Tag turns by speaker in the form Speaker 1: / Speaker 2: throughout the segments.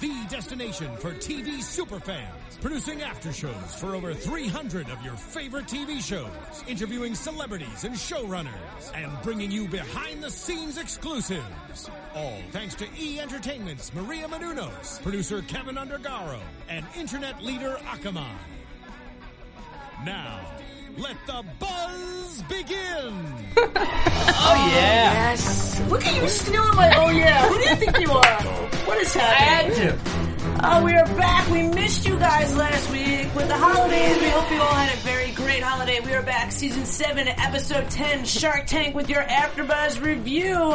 Speaker 1: the destination for TV superfans, producing aftershows for over 300 of your favorite TV shows, interviewing celebrities and showrunners, and bringing you behind-the-scenes exclusives. All thanks to E Entertainment's Maria Menounos, producer Kevin Undergaro, and internet leader Akamai. Now, let the buzz begin.
Speaker 2: Yes. Look at you stealing my. Oh yeah. Who do you think you are? What is happening? Oh, we are back. We missed you guys last week with the holidays. We hope you all had a very great holiday. We are back, season seven, episode ten, Shark Tank, with your AfterBuzz review.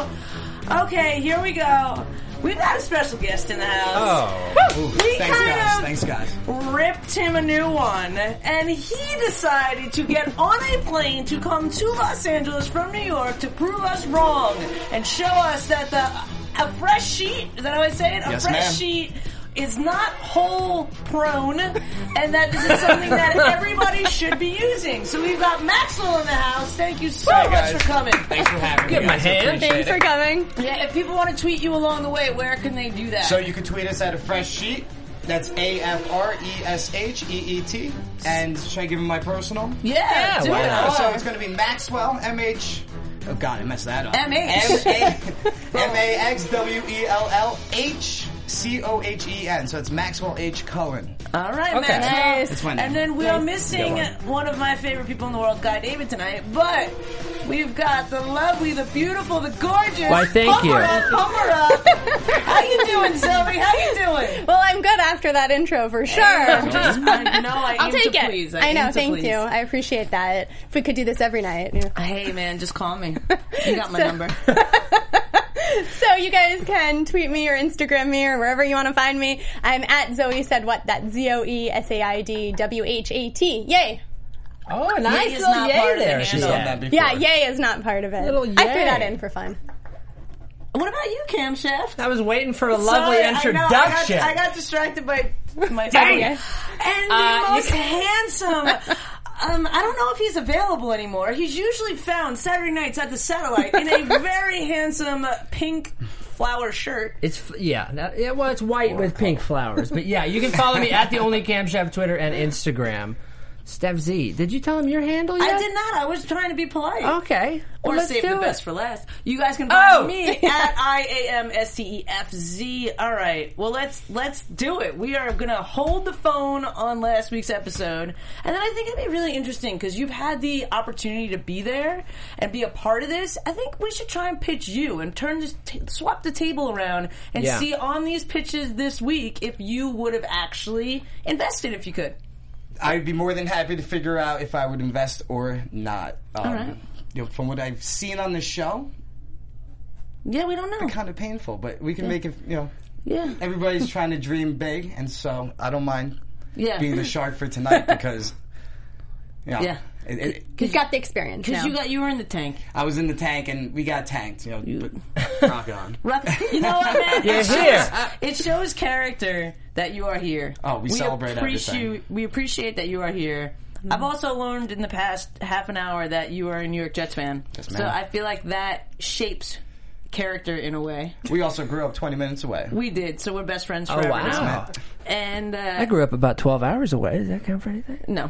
Speaker 2: Okay, here we go. We've got a special guest in the house.
Speaker 3: Oh, Ooh,
Speaker 2: We
Speaker 3: thanks
Speaker 2: kind
Speaker 3: guys,
Speaker 2: of-
Speaker 3: thanks guys.
Speaker 2: Ripped him a new one, and he decided to get on a plane to come to Los Angeles from New York to prove us wrong and show us that the a fresh sheet is that how I say it? A
Speaker 3: Yes,
Speaker 2: fresh
Speaker 3: ma'am.
Speaker 2: sheet is not hole prone, and that this is something that everybody should be using. So we've got Maxwell in the house. Thank you so
Speaker 3: Hey,
Speaker 2: much
Speaker 3: guys.
Speaker 2: for coming.
Speaker 3: Thanks for having me.
Speaker 4: my
Speaker 3: guys. I
Speaker 4: hand.
Speaker 3: appreciate
Speaker 5: Thanks
Speaker 3: it.
Speaker 5: for coming.
Speaker 2: Yeah, if people want to tweet you along the way, where can they do that?
Speaker 3: So you can tweet us at a fresh sheet. That's A F R E S H E E T. And should I give him my personal?
Speaker 2: yeah, do
Speaker 4: why
Speaker 2: it.
Speaker 4: not?
Speaker 3: So it's going to be Maxwell M H. Oh God, I messed that up.
Speaker 2: M
Speaker 3: M
Speaker 2: H.
Speaker 3: A M A X W E L L H C O H E N. So it's Maxwell H Cullen.
Speaker 2: All right,
Speaker 3: Okay.
Speaker 2: Max.
Speaker 5: Nice.
Speaker 3: That's my name.
Speaker 2: And then we are missing
Speaker 3: Good one.
Speaker 2: one of my favorite people in the world, Guy David, tonight. But we've got the lovely, the beautiful, the gorgeous.
Speaker 4: Why, thank
Speaker 2: Pump her
Speaker 4: you.
Speaker 2: up, pump her up. How you doing, Sylvie? How you doing?
Speaker 5: Well, I'm good after that intro for sure.
Speaker 2: I know. I
Speaker 5: I'll
Speaker 2: aim
Speaker 5: take
Speaker 2: to
Speaker 5: it.
Speaker 2: please. I
Speaker 5: I, know.
Speaker 2: aim to
Speaker 5: Thank
Speaker 2: please.
Speaker 5: you. I appreciate that. If we could do this every night. you know.
Speaker 2: Hey, man, just call me. You got my
Speaker 5: So-
Speaker 2: number.
Speaker 5: So you guys can tweet me or Instagram me or wherever you want to find me. I'm at Zoe said what? That's Z O E S A I D W H A T. Yay!
Speaker 4: Oh, nice
Speaker 2: is
Speaker 4: little
Speaker 2: not
Speaker 4: yay
Speaker 2: part of the
Speaker 4: there.
Speaker 2: handle.
Speaker 4: She's
Speaker 3: Done
Speaker 4: yeah.
Speaker 3: that before.
Speaker 5: Yeah, yay is not part of it.
Speaker 4: Little
Speaker 5: I threw
Speaker 4: yay.
Speaker 5: that in for fun.
Speaker 2: What about you, Camshaft?
Speaker 4: I was waiting for a lovely
Speaker 2: Sorry, I know,
Speaker 4: introduction.
Speaker 2: I, got, I got distracted by my
Speaker 4: Dang
Speaker 2: and
Speaker 4: it.
Speaker 2: the
Speaker 4: Uh, you
Speaker 2: most handsome. Um, I don't know if he's available anymore. He's usually found Saturday nights at the Satellite in a very handsome pink flower shirt.
Speaker 4: It's f- yeah, that- yeah. Well, it's white with pink flowers, but yeah, you can follow me at the only Cam Chef Twitter and Instagram. Steph Z, did you tell him your handle yet?
Speaker 2: I did not. I was trying to be polite.
Speaker 4: Okay,
Speaker 2: Or
Speaker 4: well, let's
Speaker 2: save
Speaker 4: do
Speaker 2: the
Speaker 4: it.
Speaker 2: best for last. You guys can find
Speaker 4: Oh!
Speaker 2: me at I A M S T E F Z. All right. Well, let's let's do it. We are gonna hold the phone on last week's episode, and then I think it'd be really interesting because you've had the opportunity to be there and be a part of this. I think we should try and pitch you and turn this t- swap the table around and
Speaker 4: Yeah.
Speaker 2: see on these pitches this week if you would have actually invested if you could.
Speaker 3: I'd be more than happy to figure out if I would invest or not. Um, you know, from what I've seen on the show,
Speaker 2: Yeah, we don't know.
Speaker 3: kind of painful, but we can make it. You know,
Speaker 2: Yeah,
Speaker 3: everybody's trying to dream big, and so I don't mind
Speaker 2: yeah.
Speaker 3: being the shark for tonight because, you know,
Speaker 2: Yeah.
Speaker 3: it- it-
Speaker 5: You've got the experience.
Speaker 2: Because
Speaker 5: now.
Speaker 2: you got you were in the tank.
Speaker 3: I was in the tank and we got tanked. You know, but rock on.
Speaker 2: Rock- You know what, man?
Speaker 4: You're
Speaker 2: it, shows,
Speaker 4: here.
Speaker 2: it shows character that you are here.
Speaker 3: Oh, we celebrate
Speaker 2: appreciate,
Speaker 3: everything.
Speaker 2: We appreciate that you are here. I've also learned in the past half an hour that you are a New York Jets fan.
Speaker 3: Yes, ma'am.
Speaker 2: so I feel like that shapes character in a way.
Speaker 3: We also grew up 20 minutes away.
Speaker 2: We did, so we're best friends
Speaker 4: Oh
Speaker 2: forever.
Speaker 4: wow!
Speaker 2: And uh,
Speaker 4: I grew up about twelve hours away. Does that count for anything?
Speaker 2: no.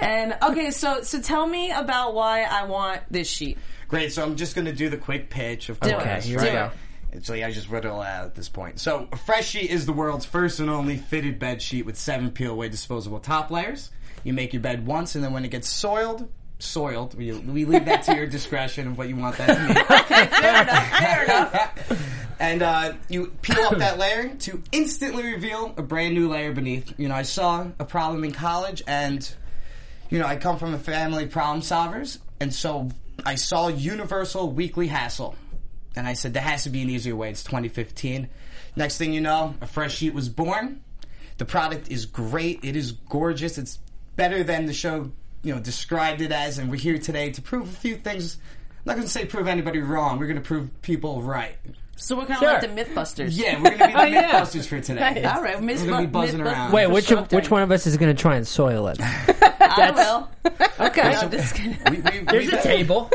Speaker 2: And okay, so so tell me about why I want this sheet.
Speaker 3: Great. So I'm just going to do the quick pitch. Of
Speaker 2: Do
Speaker 3: course,
Speaker 2: it.
Speaker 4: here
Speaker 2: Do
Speaker 4: we
Speaker 2: it.
Speaker 4: go.
Speaker 3: Actually, I just read it all out at this point. So, Freshie is the world's first and only fitted bed sheet with seven peel away disposable top layers. You make your bed once, and then when it gets soiled, soiled, we, we leave that to your discretion of what you want that to mean.
Speaker 2: Fair enough. Fair enough.
Speaker 3: and uh, you peel off that layer to instantly reveal a brand new layer beneath. You know, I saw a problem in college, and you know, I come from a family of problem solvers, and so I saw universal weekly hassle, and I said there has to be an easier way. It's 2015. Next thing you know, a fresh sheet was born. The product is great. It is gorgeous. It's better than the show, you know, described it as. And we're here today to prove a few things. I'm not going to say prove anybody wrong. We're going to prove people right.
Speaker 2: So we're kind of
Speaker 4: Sure.
Speaker 2: like the MythBusters.
Speaker 3: Yeah, we're gonna be the
Speaker 4: Oh, yeah.
Speaker 3: Mythbusters for today.
Speaker 5: Nice.
Speaker 2: All right, Myth-
Speaker 3: We're gonna be buzzing
Speaker 2: Mythbusters
Speaker 3: around.
Speaker 4: Wait,
Speaker 2: for
Speaker 4: which
Speaker 2: Shark
Speaker 4: which
Speaker 2: Tank.
Speaker 4: one of us is going to try and soil it?
Speaker 2: I will.
Speaker 4: Okay.
Speaker 2: I'm just kidding.
Speaker 3: We, we,
Speaker 4: There's
Speaker 3: we've,
Speaker 4: a
Speaker 3: had-
Speaker 4: table.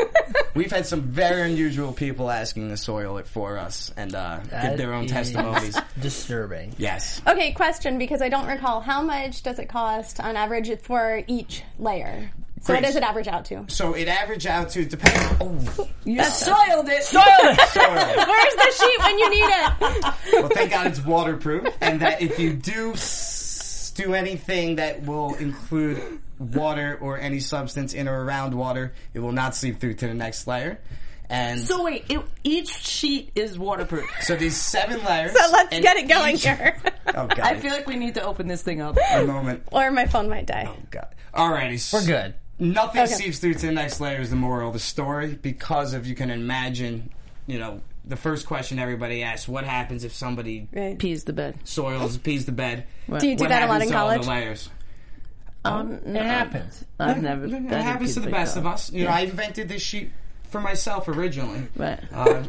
Speaker 3: we've had some very unusual people asking to soil it for us and uh, give their own
Speaker 4: is-
Speaker 3: testimonies.
Speaker 4: Disturbing.
Speaker 3: Yes.
Speaker 5: Okay, question because I don't recall how much does it cost on average for each layer. So what
Speaker 3: Great.
Speaker 5: does it average out to?
Speaker 3: So it averaged out to depending. Oh,
Speaker 2: You soiled it.
Speaker 3: soil.
Speaker 5: Where's the sheet when you need it?
Speaker 3: Well, thank God it's waterproof, and that if you do s- do anything that will include water or any substance in or around water, it will not seep through to the next layer. And so,
Speaker 2: So wait, it, each sheet is waterproof.
Speaker 3: these seven layers.
Speaker 5: So let's
Speaker 3: and
Speaker 5: get it going
Speaker 3: each-
Speaker 5: here.
Speaker 3: Oh God!
Speaker 2: I feel like we need to open this thing up.
Speaker 3: a moment. Oh,
Speaker 5: or my phone might die.
Speaker 3: God. Alrighty.
Speaker 4: We're good.
Speaker 3: Nothing
Speaker 5: Okay.
Speaker 3: seeps through to the next layer is the moral of the story because of you can imagine, you know, the first question everybody asks: What happens if somebody
Speaker 5: Right.
Speaker 2: Pee is the bed.
Speaker 3: soils pees the bed?
Speaker 5: Do you do
Speaker 3: what
Speaker 5: that a lot
Speaker 3: happens
Speaker 5: in
Speaker 3: to all
Speaker 5: college?
Speaker 3: the layers?
Speaker 2: Um, no,
Speaker 4: It happens.
Speaker 2: I've never.
Speaker 3: It happens to the best of us. You know, I invented this sheet for myself originally.
Speaker 2: Right.
Speaker 3: Uh,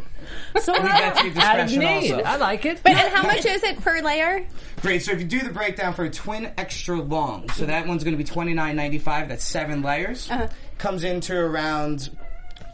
Speaker 2: So
Speaker 3: leave that to your
Speaker 4: Out of
Speaker 3: discretion
Speaker 4: need.
Speaker 3: also.
Speaker 4: I like it.
Speaker 5: But and how much is it per layer?
Speaker 3: Great. So if you do the breakdown for a twin extra long, so that one's going to be twenty nine ninety five. That's seven layers.
Speaker 2: Uh-huh.
Speaker 3: Comes into around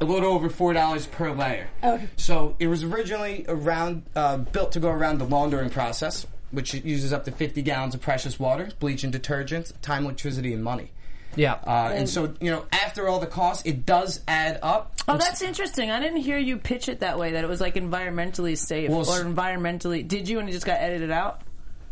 Speaker 3: a little over four dollars per layer.
Speaker 2: Oh.
Speaker 5: Okay.
Speaker 3: So it was originally around uh, built to go around the laundering process, which uses up to fifty gallons of precious water, bleach and detergents, time, electricity, and money.
Speaker 4: yeah.
Speaker 3: Uh, and so you know, after all the costs, it does add up.
Speaker 2: Oh, that's interesting. I didn't hear you pitch it that way. That it was like environmentally safe
Speaker 3: Well,
Speaker 2: or
Speaker 3: s-
Speaker 2: environmentally. Did you? And it just got edited out.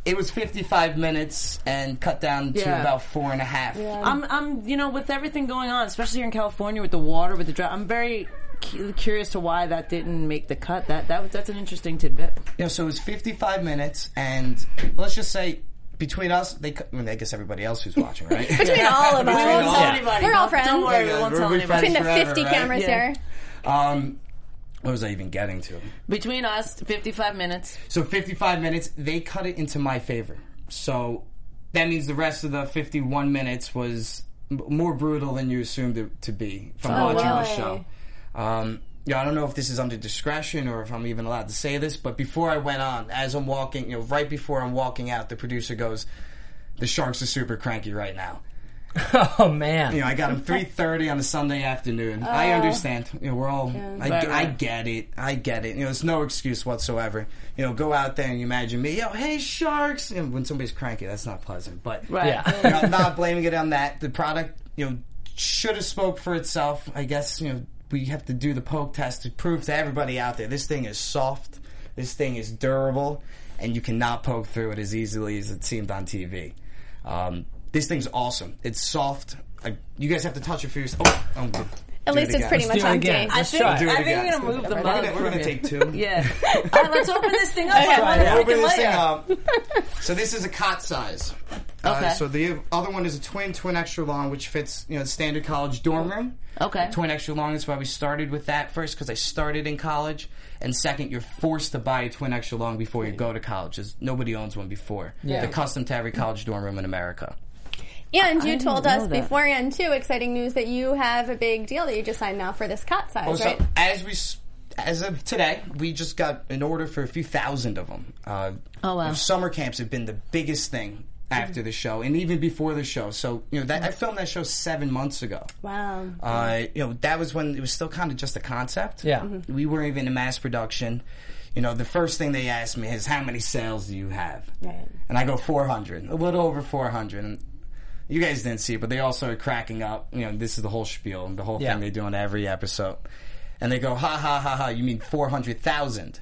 Speaker 3: It was 55 minutes and cut down to
Speaker 2: Yeah.
Speaker 3: about four and a half.
Speaker 2: I'm, I'm, you know, with everything going on, especially here in California with the water, with the drought, I'm very cu- curious to why that didn't make the cut. That that was that's an interesting tidbit.
Speaker 3: You know, so it was 55 minutes, and let's just say between us, they, cu- I, mean, I guess everybody else who's watching, right?
Speaker 5: Between all of
Speaker 3: Between all-
Speaker 5: us.
Speaker 3: Yeah.
Speaker 2: anybody.
Speaker 5: We're all
Speaker 2: Don't-
Speaker 5: friends.
Speaker 2: Don't worry,
Speaker 3: Yeah,
Speaker 2: we won't
Speaker 3: we're-
Speaker 2: tell
Speaker 3: we're
Speaker 2: anybody.
Speaker 5: Between the
Speaker 3: Forever,
Speaker 5: 50
Speaker 3: right?
Speaker 5: cameras
Speaker 2: Yeah.
Speaker 5: here.
Speaker 3: Um, what was I even getting to?
Speaker 2: Between us, 55 minutes.
Speaker 3: So 55 minutes, they cut it into my favor. So that means the rest of the 51 minutes was m- more brutal than you assumed it to be from watching
Speaker 5: wow.
Speaker 3: the show. Um, yeah, I don't know if this is under discretion or if I'm even allowed to say this, but before I went on, as I'm walking, you know, right before I'm walking out, the producer goes, "The sharks are super cranky right now."
Speaker 4: oh man.
Speaker 3: You know, I got him 3:30 on a Sunday afternoon. I understand. You know, we're all. I,
Speaker 2: Right,
Speaker 3: I
Speaker 2: right.
Speaker 3: get it. I get it. You know, it's no excuse whatsoever. You know, go out there and you imagine me. Yo, hey sharks! You know, when somebody's cranky, that's not pleasant. But
Speaker 2: Right.
Speaker 4: Yeah.
Speaker 3: you know, I'm not blaming it on that. The product, you know, should have spoke for itself. I guess you know we have to do the poke test to prove to everybody out there this thing is soft. This thing is durable, and you cannot poke through it as easily as it seemed on TV. Um, this thing's awesome. It's soft. I, you guys have to touch it for yourself. Oh, I'm good. Do
Speaker 5: At
Speaker 3: it
Speaker 5: least it's
Speaker 3: again.
Speaker 5: pretty
Speaker 4: Let's
Speaker 5: much
Speaker 4: do it again.
Speaker 5: empty.
Speaker 4: Let's try.
Speaker 3: Do it
Speaker 2: I think
Speaker 3: again.
Speaker 2: we're gonna move the
Speaker 3: We're
Speaker 2: mug
Speaker 3: gonna- We're
Speaker 2: from
Speaker 3: gonna
Speaker 2: you.
Speaker 3: take two.
Speaker 2: Yeah. All right, let's open this thing up. I want a
Speaker 3: We're
Speaker 2: freaking
Speaker 3: opening this thing
Speaker 2: layer.
Speaker 3: up. So this is a cot size.
Speaker 2: Okay.
Speaker 3: Uh, so the other one is a twin, twin extra long, which fits you know the standard college dorm room.
Speaker 2: Okay.
Speaker 3: Twin extra long is why we started with that first because I started in college, and second, you're forced to buy a twin extra long before you go to college. 'cause Nobody owns one before. Yeah. They're custom to every college dorm room in America.
Speaker 5: And you told us
Speaker 2: know that.
Speaker 5: beforehand too, exciting news that you have a big deal that you just signed now for this cot size,
Speaker 3: Also,
Speaker 5: right?
Speaker 3: as we s- as of today, we just got an order for a few thousand of them. Uh,
Speaker 2: Oh, wow.
Speaker 3: Summer camps have been the biggest thing after the show, and even before the show. So you know, that, I filmed that show seven months ago.
Speaker 5: Wow.
Speaker 3: Uh, you know, that was when it was still kind of just a concept.
Speaker 4: Yeah. Mhm.
Speaker 3: We weren't even in mass production. You know, the first thing they asked me is, how many sales do you have?
Speaker 5: Right.
Speaker 3: And I go, 400. A little over 400. And you guys didn't see it, but they all started cracking up. You know, this is the whole spiel and the whole
Speaker 4: Yeah.
Speaker 3: thing they do on every episode. And they go, ha, ha, ha, ha, you mean 400,000?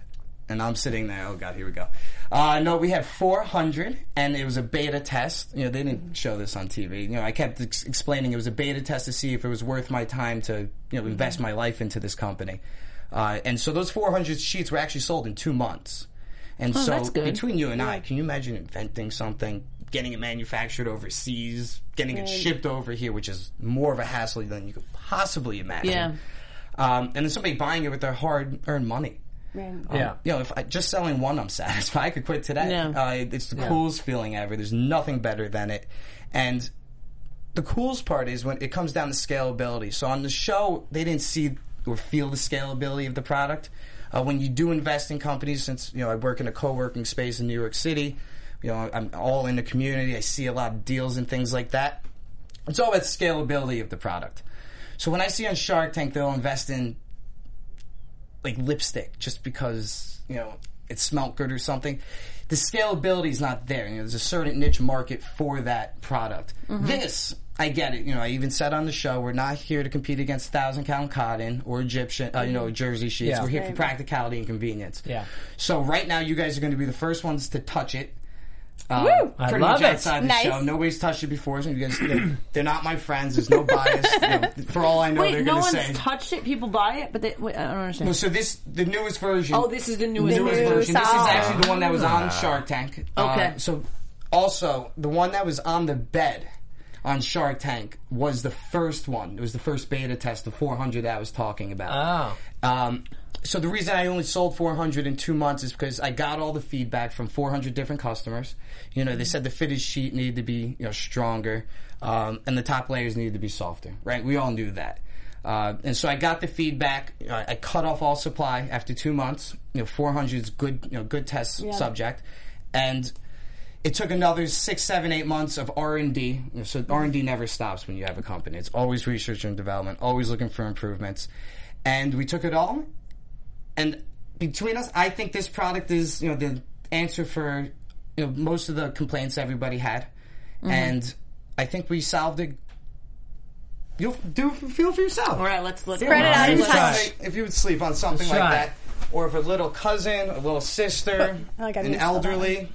Speaker 3: And I'm sitting there, oh God, here we go. Uh, no, we had 400, and it was a beta test. You know, they didn't show this on TV. You know, I kept ex- explaining it was a beta test to see if it was worth my time to, you know, invest
Speaker 2: Mm-hmm.
Speaker 3: my life into this company. Uh, and so those 400 sheets were actually sold in two months. And so
Speaker 2: that's good.
Speaker 3: between you and I, can you imagine inventing something, getting it manufactured overseas, getting it shipped over here, which is more of a hassle than you could possibly imagine.
Speaker 2: Yeah.
Speaker 3: Um, and then somebody buying it with their hard-earned money.
Speaker 4: Yeah.
Speaker 3: You know, Um, if I, just selling one, I'm satisfied. I could quit today.
Speaker 2: Yeah.
Speaker 3: Uh, it's the coolest feeling ever. There's nothing better than it. And the coolest part is when it comes down to scalability. So on the show, they didn't see or feel the scalability of the product. Uh, when you do invest in companies, since you know I work in a co-working space in New York City, you know I'm all in the community. I see a lot of deals and things like that. It's all about scalability of the product. So when I see on Shark Tank, they'll invest in like lipstick just because you know it smelt good or something. The scalability is not there. You know, there's a certain niche market for that product.
Speaker 4: Mm-hmm.
Speaker 3: This, I get it. You know, I even said on the show, we're not here to compete against thousand count cotton or Egyptian, uh, you know, jersey sheets.
Speaker 4: Mm-hmm. Yeah.
Speaker 3: We're here for practicality and convenience.
Speaker 4: Yeah.
Speaker 3: So right now, you guys are going to be the first ones to touch it.
Speaker 5: Woo!
Speaker 4: I
Speaker 3: Pretty much
Speaker 4: love it.
Speaker 3: outside the
Speaker 5: Nice.
Speaker 3: show. Nobody's touched it before. So you guys, they're, they're not my friends. There's no bias. You know, for all I know, they're
Speaker 2: Wait, no
Speaker 3: going to say.
Speaker 2: one's
Speaker 3: Oh,
Speaker 2: touched it. People buy it, but they, wait, I don't understand.
Speaker 3: so this, the newest version.
Speaker 2: oh, this is the newest
Speaker 5: The
Speaker 2: one.
Speaker 5: new
Speaker 3: version. This is
Speaker 5: song.
Speaker 3: actually the one that was on Shark Tank. Uh,
Speaker 2: Okay.
Speaker 3: so, also the one that was on the bed on Shark Tank was the first one. It was the first beta test, the 400 that I was talking about. Oh. Um, so the reason I only sold 400 in two months is because I got all the feedback from 400 different customers. You know, they said the fitted sheet needed to be you know stronger, um, and the top layers needed to be softer. Right? We all knew that. Uh, and so I got the feedback. Uh, I, I cut off all supply after two months. You know, 400 is good. You know, good test subject, and it took another six, seven, eight months of R and D. So R and D never stops when you have a company. It's always research and development, always looking for improvements. And we took it all, and between us, I think this product is you know the answer for you know most of the complaints everybody had, and I think we solved it. You'll do feel for yourself.
Speaker 2: All right, let's let's
Speaker 5: Spread it
Speaker 3: If
Speaker 5: out and
Speaker 3: you
Speaker 5: Let's
Speaker 3: would
Speaker 5: touch.
Speaker 3: sleep- If you would sleep on something
Speaker 4: Let's
Speaker 3: like
Speaker 4: try.
Speaker 3: that, or if a little cousin, a little sister,
Speaker 5: Oh, I like I
Speaker 3: an
Speaker 5: missed all that.
Speaker 3: elderly.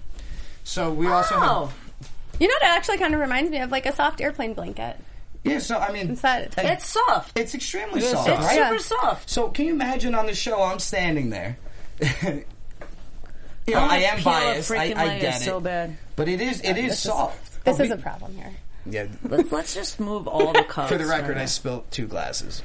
Speaker 3: So we also have
Speaker 2: Oh,
Speaker 5: You know what? It actually kind of reminds me of like a soft airplane blanket.
Speaker 3: Yeah, so I mean,
Speaker 5: It's that-
Speaker 3: I-
Speaker 2: it's soft.
Speaker 3: it's extremely
Speaker 4: is
Speaker 3: soft,
Speaker 4: soft.
Speaker 3: right?
Speaker 5: Yeah.
Speaker 2: Super soft.
Speaker 3: So can you imagine on the show I'm standing there? you know,
Speaker 2: I'm
Speaker 3: I
Speaker 2: gonna
Speaker 3: am
Speaker 2: Oh, peel a
Speaker 3: biased. I,
Speaker 2: freaking
Speaker 3: I
Speaker 2: layer
Speaker 3: get it,
Speaker 2: so bad.
Speaker 3: but it is it is soft.
Speaker 5: This is a problem here.
Speaker 3: yeah.
Speaker 2: Let's, let's just move all the cups.
Speaker 3: For the record,
Speaker 2: right
Speaker 3: I spilt two glasses.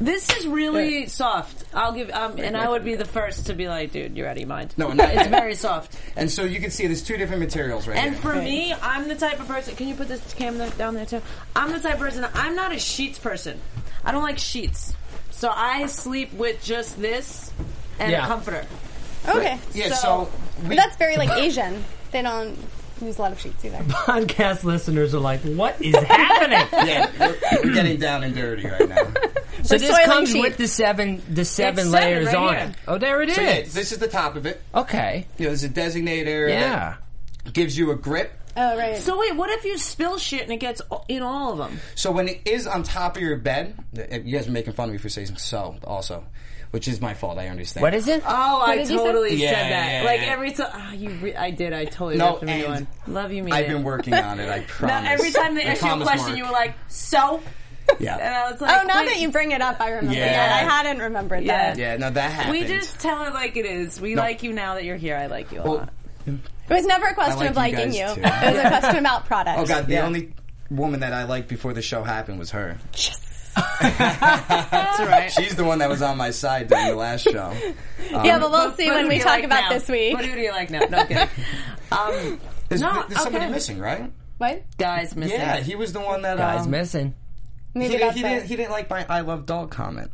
Speaker 2: This is really soft. I'll give, um, and I would be the first to be like, dude, you're out of your mind.
Speaker 3: No, not-
Speaker 2: it's very soft.
Speaker 3: And so you can see there's two different materials right
Speaker 2: And
Speaker 3: here.
Speaker 2: for me, I'm the type of person. Can you put this cam there- down there too? I'm the type of person. I'm not a sheets person. I don't like sheets, so I sleep with just this and
Speaker 4: Yeah.
Speaker 2: a comforter.
Speaker 5: Okay.
Speaker 3: yeah,
Speaker 2: so-
Speaker 3: so, we,
Speaker 5: That's very like Asian. They don't use a lot of sheets either.
Speaker 4: Podcast listeners are like, what is happening?
Speaker 3: yeah, we're, we're getting down and dirty right now.
Speaker 4: so
Speaker 5: We're
Speaker 4: this
Speaker 5: soiling
Speaker 4: comes
Speaker 5: sheep.
Speaker 4: with the seven, the seven
Speaker 2: seven
Speaker 4: layers
Speaker 2: right
Speaker 4: on
Speaker 2: here.
Speaker 4: it. Oh, there it is.
Speaker 3: So yeah, this is the top of it.
Speaker 4: okay.
Speaker 3: You know, there's a designator.
Speaker 4: Yeah.
Speaker 3: that gives you a grip.
Speaker 5: Oh right.
Speaker 2: So wait, what if you spill shit and it gets o- in all of them?
Speaker 3: So when it is on top of your bed, you guys are making fun of me for saying so also, which is my fault. I understand.
Speaker 4: What is it?
Speaker 2: Oh, I
Speaker 5: did you say?
Speaker 2: totally
Speaker 3: Yeah,
Speaker 2: said that.
Speaker 3: yeah,
Speaker 2: like
Speaker 3: yeah.
Speaker 2: every time, oh, you, re- I did. I totally
Speaker 3: No,
Speaker 2: ripped him a new
Speaker 3: and
Speaker 2: one. Love you, man.
Speaker 3: I've been working on it. I
Speaker 2: No,
Speaker 3: promise.
Speaker 2: every time they
Speaker 3: I
Speaker 2: asked you a
Speaker 3: promise,
Speaker 2: question,
Speaker 3: Mark.
Speaker 2: you were like, "So," and
Speaker 3: yeah,
Speaker 2: I was like,
Speaker 5: oh, now
Speaker 2: wait,
Speaker 5: that you bring it up, I remember
Speaker 3: Yeah.
Speaker 5: that. I hadn't remembered
Speaker 2: Yeah.
Speaker 5: that.
Speaker 3: yeah. No, that happened.
Speaker 2: we just tell it like it is. We like you now that you're here. I like you a
Speaker 3: Well,
Speaker 2: lot.
Speaker 5: It was never a
Speaker 3: I
Speaker 5: question
Speaker 3: like
Speaker 5: of
Speaker 3: you
Speaker 5: liking you.
Speaker 3: guys,
Speaker 5: It
Speaker 3: too.
Speaker 5: was a question about product.
Speaker 3: oh god, the
Speaker 4: Yeah.
Speaker 3: only woman that I liked before the show happened was her.
Speaker 2: That's right.
Speaker 3: She's the one that was on my side during the last show.
Speaker 5: yeah, but we'll
Speaker 2: But-
Speaker 5: see
Speaker 2: but
Speaker 5: when
Speaker 2: who
Speaker 5: we
Speaker 2: do you
Speaker 5: talk
Speaker 2: like
Speaker 5: about
Speaker 2: now?
Speaker 5: this week.
Speaker 2: What do you like now? No, I'm kidding. Um,
Speaker 3: There's,
Speaker 2: No,
Speaker 3: there's somebody
Speaker 2: okay.
Speaker 3: missing, right?
Speaker 5: What?
Speaker 2: guys missing.
Speaker 3: Yeah, he was the one that
Speaker 4: Guy's
Speaker 3: um,
Speaker 4: Ah, missing.
Speaker 3: He,
Speaker 5: Maybe
Speaker 3: didn't-
Speaker 5: that's
Speaker 3: he
Speaker 5: it.
Speaker 3: didn't. He didn't like my "I love dog" comment.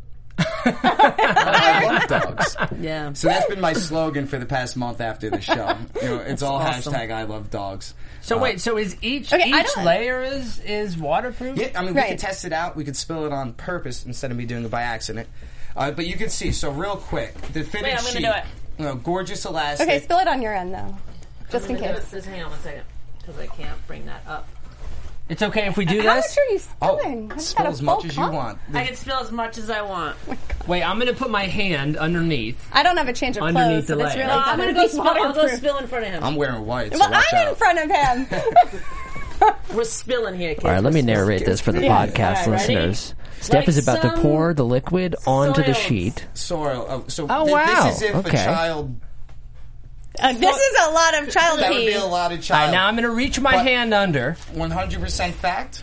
Speaker 3: I love dogs.
Speaker 2: yeah.
Speaker 3: So that's been my slogan for the past month after the show. You know, it's all
Speaker 4: awesome.
Speaker 3: hashtag I love dogs.
Speaker 4: So wait, so is each
Speaker 5: Okay, I
Speaker 4: each
Speaker 5: don't-
Speaker 4: layer is is waterproof?
Speaker 3: Yeah, I mean, we
Speaker 5: Right.
Speaker 3: could test it out. We could spill it on purpose instead of me doing it by accident. Uh, but you can see. So real quick, the fitted
Speaker 2: Wait, I'm gonna
Speaker 3: sheet.
Speaker 2: do it.
Speaker 3: You know, gorgeous elastic.
Speaker 5: Okay, spill it on your end though, just in case.
Speaker 2: Just hang on one second, because I can't bring that up.
Speaker 4: It's okay if we do
Speaker 5: How
Speaker 4: this.
Speaker 5: much are you
Speaker 3: Oh,
Speaker 5: spilling? I've
Speaker 3: spill
Speaker 5: got a
Speaker 3: as much
Speaker 5: full
Speaker 3: as you
Speaker 5: cup.
Speaker 3: want.
Speaker 2: I can spill as much as I want.
Speaker 4: Wait, I'm gonna put my hand underneath.
Speaker 5: I don't have a change of
Speaker 4: Underneath
Speaker 5: clothes, so
Speaker 4: the
Speaker 5: this
Speaker 4: layer.
Speaker 5: really
Speaker 4: No,
Speaker 2: I'm
Speaker 5: doesn't
Speaker 2: gonna go
Speaker 5: look
Speaker 2: spill. I'll go
Speaker 5: waterproof.
Speaker 2: spill in front of him.
Speaker 3: I'm wearing white, so
Speaker 5: Well,
Speaker 3: watch
Speaker 5: I'm in
Speaker 3: out.
Speaker 5: front of him.
Speaker 2: We're spilling here, kids.
Speaker 6: All right, let me narrate this for the podcast
Speaker 2: All right, ready?
Speaker 6: listeners. Steph is about to
Speaker 2: some
Speaker 6: pour the liquid onto the
Speaker 2: soils.
Speaker 6: sheet.
Speaker 3: Soil. Oh, so
Speaker 6: Oh,
Speaker 3: thi-
Speaker 6: wow.
Speaker 3: this is if a
Speaker 6: Okay.
Speaker 3: child.
Speaker 5: Uh, this is a lot of child
Speaker 3: That would
Speaker 5: pee.
Speaker 3: be a lot of
Speaker 4: All right,
Speaker 3: child.
Speaker 4: now I'm gonna reach my
Speaker 3: But-
Speaker 4: hand under.
Speaker 3: 100% fact.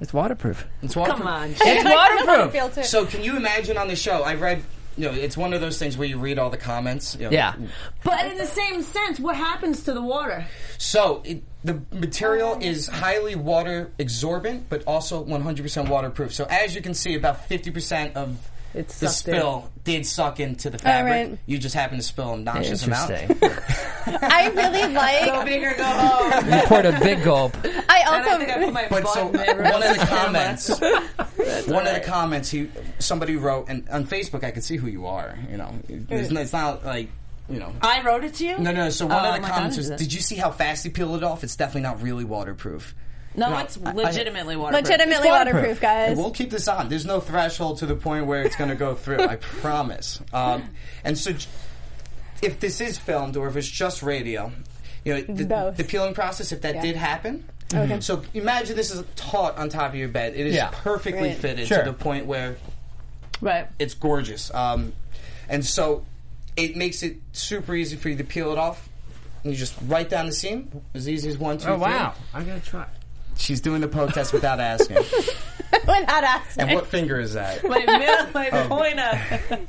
Speaker 6: It's waterproof.
Speaker 3: It's water.
Speaker 2: Come on.
Speaker 4: It's waterproof.
Speaker 5: Feel too.
Speaker 3: So can you imagine on the show? I read. You know, it's one of those things where you read all the comments. you know,
Speaker 4: Yeah.
Speaker 2: But in the same sense, what happens to the water?
Speaker 3: So it, the material is highly water absorbent, but also 100% waterproof. So as you can see, about 50% of
Speaker 4: It's
Speaker 3: the spill did suck into the fabric.
Speaker 5: right.
Speaker 3: You just happened to spill an obnoxious amount.
Speaker 6: Interesting.
Speaker 5: I really
Speaker 2: Go
Speaker 5: like.
Speaker 2: big or go home.
Speaker 6: you poured a big gulp.
Speaker 5: I
Speaker 2: And I think I
Speaker 3: But
Speaker 2: put my
Speaker 5: also.
Speaker 2: butt
Speaker 3: so
Speaker 2: in there.
Speaker 3: one of the comments, one of the comments, he somebody wrote, and on Facebook I can see who you are. You know, it's, not- it's not like you know.
Speaker 2: I wrote it to you.
Speaker 3: No, no. So one
Speaker 2: Oh
Speaker 3: of the
Speaker 2: my God,
Speaker 3: comments
Speaker 2: is
Speaker 3: was,
Speaker 2: it?
Speaker 3: "Did you see how fast he peeled it off? It's definitely not really waterproof."
Speaker 2: No,
Speaker 3: No,
Speaker 2: it's
Speaker 3: I- I-
Speaker 2: legitimately waterproof.
Speaker 5: Legitimately waterproof,
Speaker 6: waterproof.
Speaker 5: guys.
Speaker 3: We'll keep this on. There's no threshold to the point where it's going to go through. I promise. Um, and so, j- if this is filmed or if it's just radio, you know, the,
Speaker 5: Both.
Speaker 3: the peeling process, if that did happen. Mm-hmm.
Speaker 5: Okay.
Speaker 3: So imagine this is taut on top of your bed. It is
Speaker 4: Yeah.
Speaker 3: perfectly
Speaker 5: Right.
Speaker 3: fitted
Speaker 4: Sure.
Speaker 3: to the point where
Speaker 2: Right.
Speaker 3: it's gorgeous. Um, and so it makes it super easy for you to peel it off. And you just write down the seam as easy as one, two,
Speaker 4: Oh
Speaker 3: three.
Speaker 4: wow! I'm gonna try.
Speaker 3: She's doing the poke test without asking.
Speaker 5: Without asking.
Speaker 3: and what finger is that?
Speaker 2: My middle, my
Speaker 3: Oh.
Speaker 2: pointer.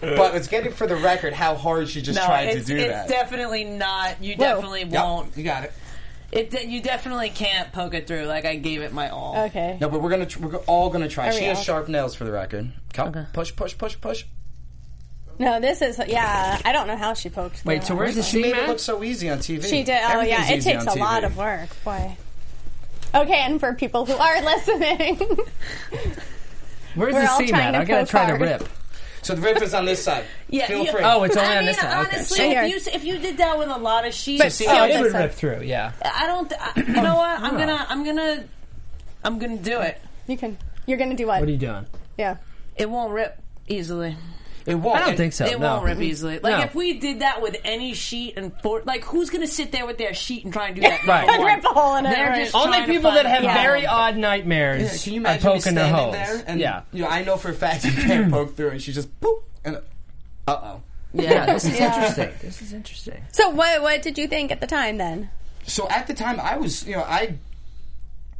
Speaker 3: But let's get it for the record how hard she just
Speaker 2: No,
Speaker 3: tried to
Speaker 2: it's,
Speaker 3: do
Speaker 2: it's
Speaker 3: that.
Speaker 2: definitely not. You definitely
Speaker 3: Yep,
Speaker 2: won't.
Speaker 3: You got it.
Speaker 2: It. de- You definitely can't poke it through. Like I gave it my all.
Speaker 5: Okay.
Speaker 3: No, but we're gonna tr- we're go- all gonna try.
Speaker 5: Are
Speaker 3: she
Speaker 5: we
Speaker 3: has
Speaker 5: all-
Speaker 3: sharp nails for the record. Come, push, push, push, push.
Speaker 5: No, this is yeah. I don't know how she poked.
Speaker 4: Wait,
Speaker 5: through
Speaker 4: so
Speaker 5: that.
Speaker 4: where's the
Speaker 3: She
Speaker 4: seam
Speaker 3: made it look
Speaker 4: at?
Speaker 3: so easy on TV.
Speaker 5: she did? Oh yeah, it
Speaker 3: Everything's easy
Speaker 5: takes
Speaker 3: on
Speaker 5: a lot
Speaker 3: TV.
Speaker 5: of work. Boy. Okay, and for people who are listening,
Speaker 4: Where's
Speaker 5: We're
Speaker 4: the
Speaker 5: all
Speaker 4: seam
Speaker 5: trying
Speaker 4: at?
Speaker 5: to
Speaker 4: I gotta
Speaker 5: poke
Speaker 4: try
Speaker 5: hard.
Speaker 4: to rip.
Speaker 3: So the rip is on this side.
Speaker 2: Yeah,
Speaker 3: Feel
Speaker 2: you-
Speaker 3: free.
Speaker 4: Oh, it's only
Speaker 2: I
Speaker 4: on
Speaker 2: mean,
Speaker 4: this side. Okay.
Speaker 2: honestly,
Speaker 5: Here.
Speaker 2: if you if you did that with a lot of sheets,
Speaker 5: But
Speaker 4: Oh,
Speaker 5: Yeah,
Speaker 4: it
Speaker 5: this
Speaker 4: would
Speaker 5: side.
Speaker 4: rip through. Yeah.
Speaker 2: I don't. Th- I, you know what? I'm gonna. I'm gonna. I'm gonna do it.
Speaker 5: you can. You're gonna do what?
Speaker 4: What are you doing?
Speaker 5: yeah.
Speaker 2: It won't rip easily.
Speaker 3: It won't.
Speaker 4: I don't
Speaker 3: And-
Speaker 4: think so.
Speaker 2: It
Speaker 4: no.
Speaker 2: won't rip easily. Like
Speaker 4: No.
Speaker 2: if we did that with any sheet and for like who's gonna sit there with their sheet and try and do that?
Speaker 4: Right.
Speaker 2: Number one.
Speaker 5: Rip a hole in it.
Speaker 2: They're
Speaker 5: right.
Speaker 2: just-
Speaker 4: Only
Speaker 2: trying to
Speaker 4: people that
Speaker 2: find-
Speaker 4: have
Speaker 2: Yeah.
Speaker 4: very odd
Speaker 3: Yeah,
Speaker 4: nightmares
Speaker 3: can you
Speaker 4: are
Speaker 3: imagine me
Speaker 4: poking the
Speaker 3: standing
Speaker 4: hose.
Speaker 3: there? And,
Speaker 4: yeah.
Speaker 3: You know, I know for a fact you can't poke through, and she just boop and uh oh.
Speaker 6: Yeah, this is interesting. This is interesting.
Speaker 5: So what? What did you think at the time then?
Speaker 3: So at the time, I was you know I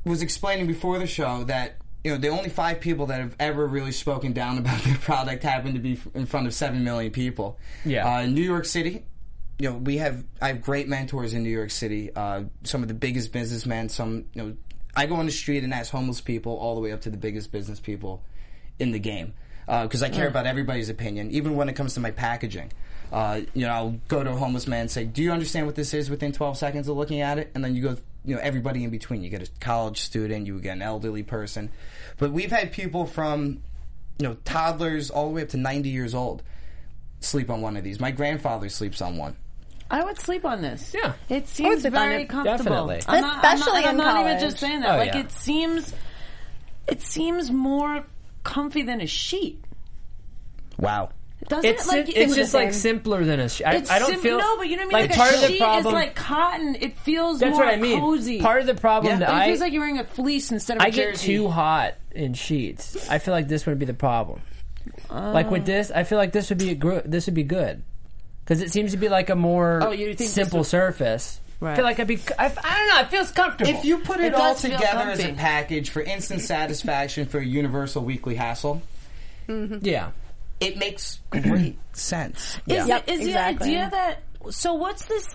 Speaker 3: was explaining before the show that. You know, the only five people that have ever really spoken down about their product happened to be f- in front of seven million people.
Speaker 4: Yeah.
Speaker 3: uh, in New York City. You know, we have I have great mentors in New York City. Uh, some of the biggest businessmen. Some you know, I go on the street and ask homeless people all the way up to the biggest business people in the game because I care about everybody's opinion, even when it comes to my packaging. Uh, you know, I'll go to a homeless man and say, "Do you understand what this is?" Within 12 seconds of looking at it, and then you go, you know, everybody in between. You get a college student, you get an elderly person, but we've had people from, you know, toddlers all the way up to 90 years old sleep on one of these. My grandfather sleeps on one.
Speaker 2: I would sleep on this.
Speaker 4: Yeah.
Speaker 2: It seems
Speaker 5: sleep on
Speaker 2: very
Speaker 5: it.
Speaker 2: comfortable.
Speaker 4: Definitely.
Speaker 2: I'm not, I'm
Speaker 5: Especially
Speaker 2: not, I'm
Speaker 5: in
Speaker 2: not even
Speaker 5: college.
Speaker 2: just saying that.
Speaker 4: Oh,
Speaker 2: like
Speaker 4: yeah.
Speaker 2: it seems it seems more comfy than a sheet.
Speaker 3: Wow.
Speaker 2: Doesn't
Speaker 4: It's
Speaker 2: it like
Speaker 4: it's,
Speaker 2: it-
Speaker 4: just like simpler than a. Sh- I,
Speaker 2: it's
Speaker 4: I don't
Speaker 2: sim-
Speaker 4: feel
Speaker 2: no, but you know what I mean.
Speaker 4: Like,
Speaker 2: Like,
Speaker 4: part
Speaker 2: a
Speaker 4: of the
Speaker 2: sheet
Speaker 4: problem.
Speaker 2: is like cotton. It feels
Speaker 4: that's
Speaker 2: more
Speaker 4: what I mean.
Speaker 2: cozy.
Speaker 4: Part of the problem
Speaker 3: Yeah.
Speaker 4: that
Speaker 2: it
Speaker 4: I
Speaker 2: feels like you're wearing a fleece instead of
Speaker 4: I
Speaker 2: a
Speaker 4: get
Speaker 2: jersey.
Speaker 4: too hot in sheets. I feel like this would be the problem. like with this, I feel like this would be a gr- this would be good because it seems to be like a more
Speaker 2: Oh, you think this
Speaker 4: simple
Speaker 2: would-
Speaker 4: surface. I feel like I'd be. I, f- I don't know. It feels comfortable.
Speaker 3: If you put it,
Speaker 2: It
Speaker 3: all
Speaker 2: does feel
Speaker 3: together as a
Speaker 2: comfy.
Speaker 3: package for instant satisfaction for a universal weekly hassle,
Speaker 4: yeah.
Speaker 3: it makes great sense.
Speaker 2: Is,
Speaker 5: Yeah.
Speaker 2: it- is
Speaker 5: Exactly.
Speaker 2: the idea that so what's this?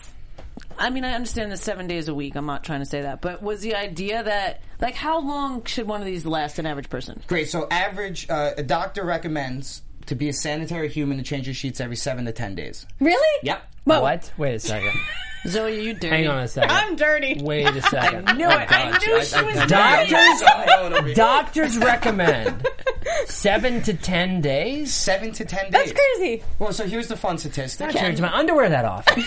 Speaker 2: I mean, I understand the seven days a week. I'm not trying to say that, but was the idea that like how long should one of these last an average person?
Speaker 3: Great. So, average, uh, a doctor recommends to be a sanitary human to change your sheets every seven to ten days.
Speaker 5: Really?
Speaker 3: Yep.
Speaker 5: Whoa.
Speaker 4: What? Wait a second.
Speaker 2: Zoe, you dirty.
Speaker 4: Hang on a second.
Speaker 5: I'm dirty.
Speaker 4: Wait a second. Oh,
Speaker 2: knew it. I knew she was
Speaker 3: Doctors,
Speaker 4: Doctors- Doctors recommend seven to ten days.
Speaker 3: seven to ten days.
Speaker 5: That's crazy.
Speaker 3: Well, so here's the fun statistic.
Speaker 4: I change my underwear that often.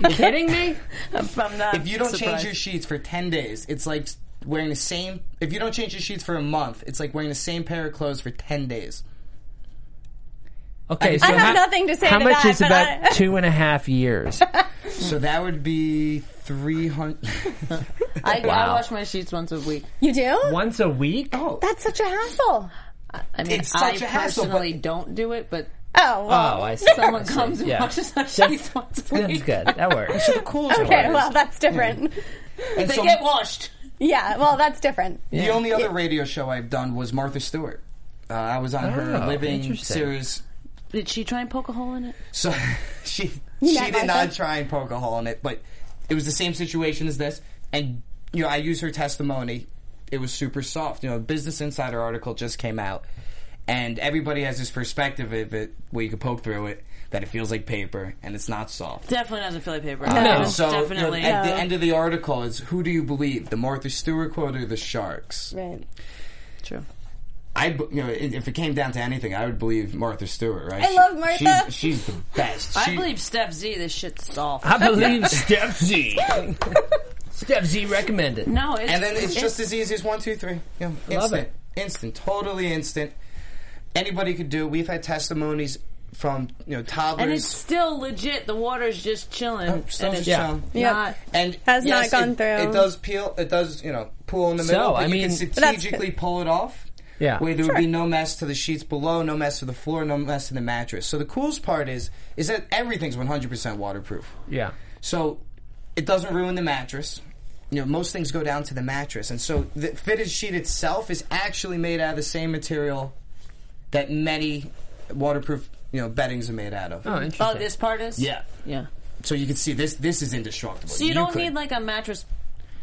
Speaker 4: you kidding me?
Speaker 2: I'm not
Speaker 3: If you don't change
Speaker 2: surprised.
Speaker 3: your sheets for 10 days, it's like wearing the same. If you don't change your sheets for a month, it's like wearing the same pair of clothes for 10 days.
Speaker 4: Okay. So
Speaker 5: I have
Speaker 4: how,
Speaker 5: nothing to say
Speaker 4: how
Speaker 5: to
Speaker 4: much
Speaker 5: that.
Speaker 4: is
Speaker 5: but
Speaker 4: about
Speaker 5: I-
Speaker 4: two and a half years?
Speaker 3: So that would be 300.
Speaker 2: I, I
Speaker 4: Wow.
Speaker 2: wash my sheets once a week.
Speaker 5: you do?
Speaker 4: Once a week.
Speaker 3: oh,
Speaker 5: That's such a hassle.
Speaker 2: I mean,
Speaker 3: It's such
Speaker 2: I
Speaker 3: a hassle, but-
Speaker 2: personally don't do it, but
Speaker 5: Oh well.
Speaker 4: Oh, I see. I
Speaker 2: someone
Speaker 4: see.
Speaker 2: comes and
Speaker 4: Yeah.
Speaker 2: washes my
Speaker 4: That's-
Speaker 2: sheets once a
Speaker 4: That's
Speaker 2: week.
Speaker 4: good. That works.
Speaker 3: the coolest
Speaker 5: okay,
Speaker 3: part
Speaker 5: well
Speaker 3: is-
Speaker 5: that's different.
Speaker 3: and
Speaker 2: They
Speaker 3: so
Speaker 2: get washed.
Speaker 5: Yeah, well that's different.
Speaker 3: The only other radio show I've done was Martha Stewart. Uh, I was on her
Speaker 4: Oh,
Speaker 3: living
Speaker 4: interesting.
Speaker 3: series.
Speaker 2: Did she try and poke a hole in it?
Speaker 3: So she
Speaker 5: met
Speaker 3: she did
Speaker 5: Martha?
Speaker 3: not try and poke a hole in it, but it was the same situation as this. And you know, I used her testimony. It was super soft. You know, a Business Insider article just came out, and everybody has this perspective of it where you can poke through it that it feels like paper and it's not soft.
Speaker 2: Definitely doesn't feel like paper.
Speaker 3: And
Speaker 2: It's
Speaker 3: so you know,
Speaker 2: Oh, definitely.
Speaker 3: at the end of the article is who do you believe, the Martha Stewart quote or the Sharks?
Speaker 5: Right.
Speaker 2: True.
Speaker 3: I, b- you know, i- if it came down to anything, I would believe Martha Stewart, right?
Speaker 5: I love Martha.
Speaker 3: She's, she's the best.
Speaker 2: I
Speaker 3: She-
Speaker 2: believe Steph Z. This shit's soft.
Speaker 4: I believe Step Z. Step Z recommended.
Speaker 2: No, it's,
Speaker 3: And then it's, just as easy as one, two, three. Yeah, instant,
Speaker 4: Love it.
Speaker 3: instant, totally instant. Anybody could do. it. We've had testimonies from you know toddlers.
Speaker 2: and it's still legit. The water's just chilling.
Speaker 3: Oh, so
Speaker 2: and
Speaker 3: just
Speaker 2: it's
Speaker 3: yeah.
Speaker 5: Yep.
Speaker 2: not.
Speaker 3: and
Speaker 5: Has not
Speaker 3: yes,
Speaker 5: gone
Speaker 3: it,
Speaker 5: through.
Speaker 3: It does peel. It does you know pool in the
Speaker 4: So,
Speaker 3: middle. But
Speaker 4: I
Speaker 3: you
Speaker 4: mean-
Speaker 3: can
Speaker 5: But that's
Speaker 3: strategically pull it off.
Speaker 4: Yeah.
Speaker 3: Where there would be no mess to the sheets below, no mess to the floor, no mess to the mattress. So the coolest part is is that everything's 100% waterproof.
Speaker 4: Yeah.
Speaker 3: So it doesn't ruin the mattress. You know, most things go down to the mattress, and so the fitted sheet itself is actually made out of the same material that many waterproof, you know, beddings are made out of.
Speaker 4: Oh, interesting.
Speaker 2: Oh, this part is.
Speaker 3: Yeah.
Speaker 2: Yeah.
Speaker 3: So you can see this. This is indestructible.
Speaker 2: So you, don't
Speaker 3: could-
Speaker 2: need like a mattress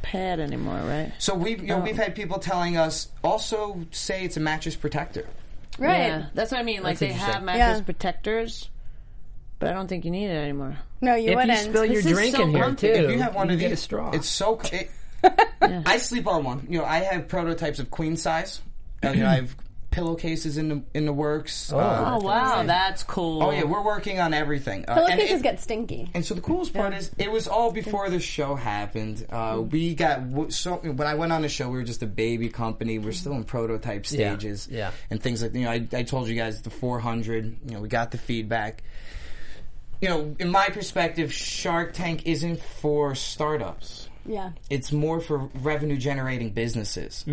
Speaker 2: pad anymore, right?
Speaker 3: So we've you know, we've had people telling us also say it's a mattress protector.
Speaker 5: Right.
Speaker 2: Yeah, that's what I mean. Like
Speaker 4: That's
Speaker 2: they
Speaker 4: interesting.
Speaker 2: have mattress
Speaker 5: Yeah.
Speaker 2: protectors, but I don't think you need it anymore.
Speaker 5: No, you
Speaker 4: if
Speaker 5: wouldn't.
Speaker 4: you spill your
Speaker 2: This is
Speaker 4: drink
Speaker 2: so
Speaker 4: in here
Speaker 2: comfy.
Speaker 4: too,
Speaker 3: If you have one
Speaker 4: you
Speaker 3: of
Speaker 4: get
Speaker 3: these,
Speaker 4: a straw.
Speaker 3: it's so. c- It, I sleep on one. You know, I have prototypes of queen size. Uh, you know, I have pillowcases in the in the works. Oh,
Speaker 2: Oh wow, that's cool.
Speaker 3: oh yeah, we're working on everything. Uh, and
Speaker 5: Pillowcases
Speaker 3: it-
Speaker 5: get stinky.
Speaker 3: And so the coolest part is, it was all before the show happened. Uh,
Speaker 4: Mm-hmm.
Speaker 3: we got w- so when I went on the show, we were just a baby company. We're still in prototype
Speaker 4: Yeah,
Speaker 3: stages,
Speaker 4: yeah.
Speaker 3: and things like you know. I, I told you guys the 400. You know, we got the feedback. You know, in my perspective, Shark Tank isn't for startups.
Speaker 5: Yeah.
Speaker 3: It's more for revenue generating businesses.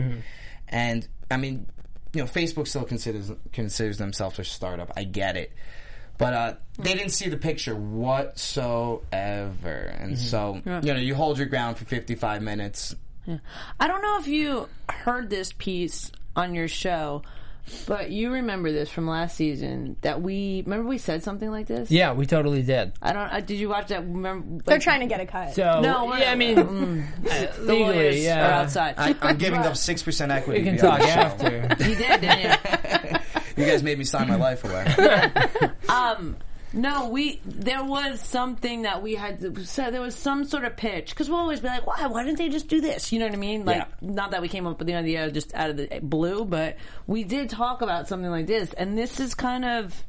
Speaker 3: And I mean, you know, Facebook still considers considers themselves a startup. I get it. But uh, they didn't see the picture whatsoever. And so, you know, you hold your ground for 55 minutes.
Speaker 2: I don't know if you heard this piece on your show, but you remember this from last season that we remember we said something like this.
Speaker 4: yeah, we totally did.
Speaker 2: I don't. Uh, did you watch that? Remember?
Speaker 5: They're trying to get a cut.
Speaker 4: So
Speaker 2: No,
Speaker 4: Oh,
Speaker 2: Mm.
Speaker 4: yeah, I mean, uh,
Speaker 2: the
Speaker 4: legally,
Speaker 2: lawyers
Speaker 4: yeah.
Speaker 2: are outside.
Speaker 3: I, I'm giving up 6% equity.
Speaker 4: We can
Speaker 3: to be on
Speaker 4: talk
Speaker 3: the show.
Speaker 4: after.
Speaker 2: you did, didn't you?
Speaker 3: You guys made me sign my life away.
Speaker 2: No, we there was something that we had to- so there was some sort of pitch because we'll always be like, why? Why didn't they just do this? You know what I mean? Like,
Speaker 3: Yeah.
Speaker 2: not that we came up with the idea just out of the blue, but we did talk about something like this, and this is kind of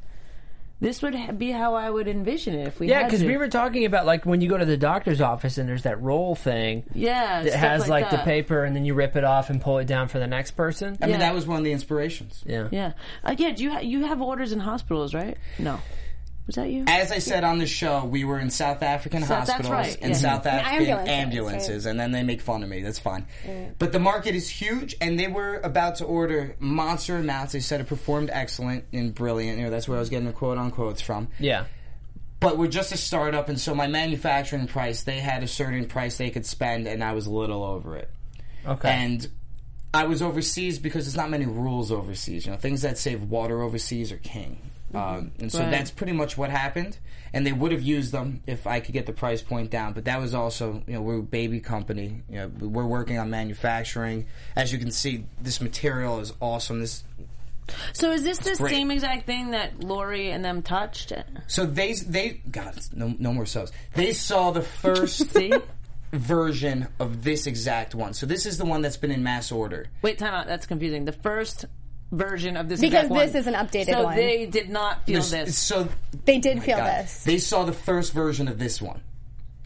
Speaker 2: this would ha- be how I would envision it if we
Speaker 4: Yeah,
Speaker 2: had
Speaker 4: because
Speaker 2: to.
Speaker 4: we were talking about like when you go to the doctor's office and there's that roll thing
Speaker 2: yeah
Speaker 4: that
Speaker 2: stuff
Speaker 4: has like, the
Speaker 2: that.
Speaker 4: paper and then you rip it off and pull it down for the next person.
Speaker 3: I mean,
Speaker 2: Yeah.
Speaker 3: that was one of the inspirations.
Speaker 4: Yeah.
Speaker 2: Yeah, uh, yeah. Do you ha- you have orders in hospitals, right? No, was that you?
Speaker 3: As I said on the show, we were in South African
Speaker 2: that's
Speaker 3: hospitals
Speaker 2: right,
Speaker 3: and
Speaker 2: yeah.
Speaker 3: South African ambulances,
Speaker 5: ambulances,
Speaker 3: and then they make fun of me. That's fine. But the market is huge, and they were about to order monster amounts. They said it performed excellent and brilliant. You know, that's where I was getting the quote unquotes from.
Speaker 4: Yeah.
Speaker 3: But we're just a startup, and so my manufacturing price, they had a certain price they could spend, and I was a little over it.
Speaker 4: Okay.
Speaker 3: And I was overseas because there's not many rules overseas. You know, things that save water overseas are king. Um, and so
Speaker 2: Mm-hmm. Right.
Speaker 3: that's pretty much what happened. And they would have used them if I could get the price point down. But that was also, you know, we're a baby company. You know, we're working on manufacturing. As you can see, this material is awesome. This
Speaker 2: So is this the
Speaker 3: great.
Speaker 2: same exact thing that Lori and them touched?
Speaker 3: so they they God no no more subs. They saw the first
Speaker 2: See,
Speaker 3: version of this exact one. So this is the one that's been in mass order.
Speaker 2: wait, time out. That's confusing. The first version of this
Speaker 5: Because
Speaker 2: exact one.
Speaker 5: this is an updated
Speaker 2: so
Speaker 5: one.
Speaker 2: they did not feel
Speaker 3: There's-
Speaker 2: this.
Speaker 3: So
Speaker 5: they did feel
Speaker 3: God.
Speaker 5: this.
Speaker 3: They saw the first version of this one.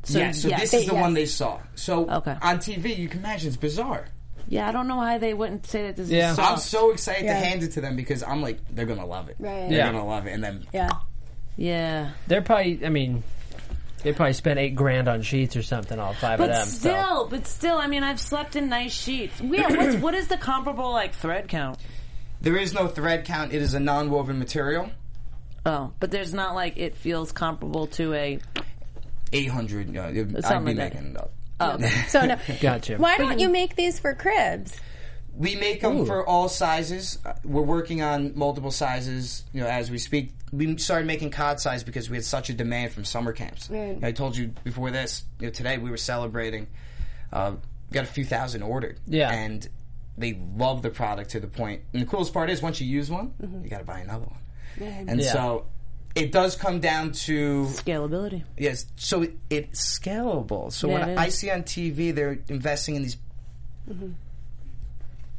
Speaker 3: So, yeah, so
Speaker 2: yes.
Speaker 3: this
Speaker 2: They-
Speaker 3: is the
Speaker 5: yes.
Speaker 3: one they saw. So
Speaker 2: Okay.
Speaker 3: on TV, you can imagine it's bizarre.
Speaker 2: Yeah, I don't know why they wouldn't say that this
Speaker 4: Yeah.
Speaker 2: is
Speaker 3: So I'm
Speaker 2: soft.
Speaker 3: so excited
Speaker 5: Yeah.
Speaker 3: to hand it to them because I'm like, they're gonna love it.
Speaker 5: Right.
Speaker 3: They're
Speaker 4: Yeah.
Speaker 3: gonna love it. And then
Speaker 5: Yeah.
Speaker 2: yeah,
Speaker 4: They're probably, I mean, they probably spent eight grand on sheets or something, all five
Speaker 2: but
Speaker 4: of them. so-
Speaker 2: still, but still, I mean, I've slept in nice sheets. Yeah, what's, what is the comparable like thread count?
Speaker 3: there is no thread count. It is a non-woven material.
Speaker 2: Oh, but there's not like it feels comparable to a.
Speaker 3: 800. Uh, I'd be
Speaker 2: Something like that.
Speaker 3: making it up.
Speaker 2: Oh,
Speaker 5: So no.
Speaker 4: Gotcha.
Speaker 5: Why don't you make these for cribs?
Speaker 3: We make them for all sizes. Uh, We're working on multiple sizes, you know, as we speak. We started making cod size because we had such a demand from summer camps.
Speaker 5: Right.
Speaker 3: I told you before this. You know, today we were celebrating. Uh, got a few thousand ordered.
Speaker 4: Yeah.
Speaker 3: and they love the product to the point. And the coolest part is once you use one, you got to buy another one. And so it does come down to
Speaker 2: Scalability.
Speaker 3: yes. So it, it's scalable. So
Speaker 2: Yeah,
Speaker 3: when
Speaker 2: it
Speaker 3: I
Speaker 2: is. Mm-hmm.
Speaker 3: see on TV they're investing in these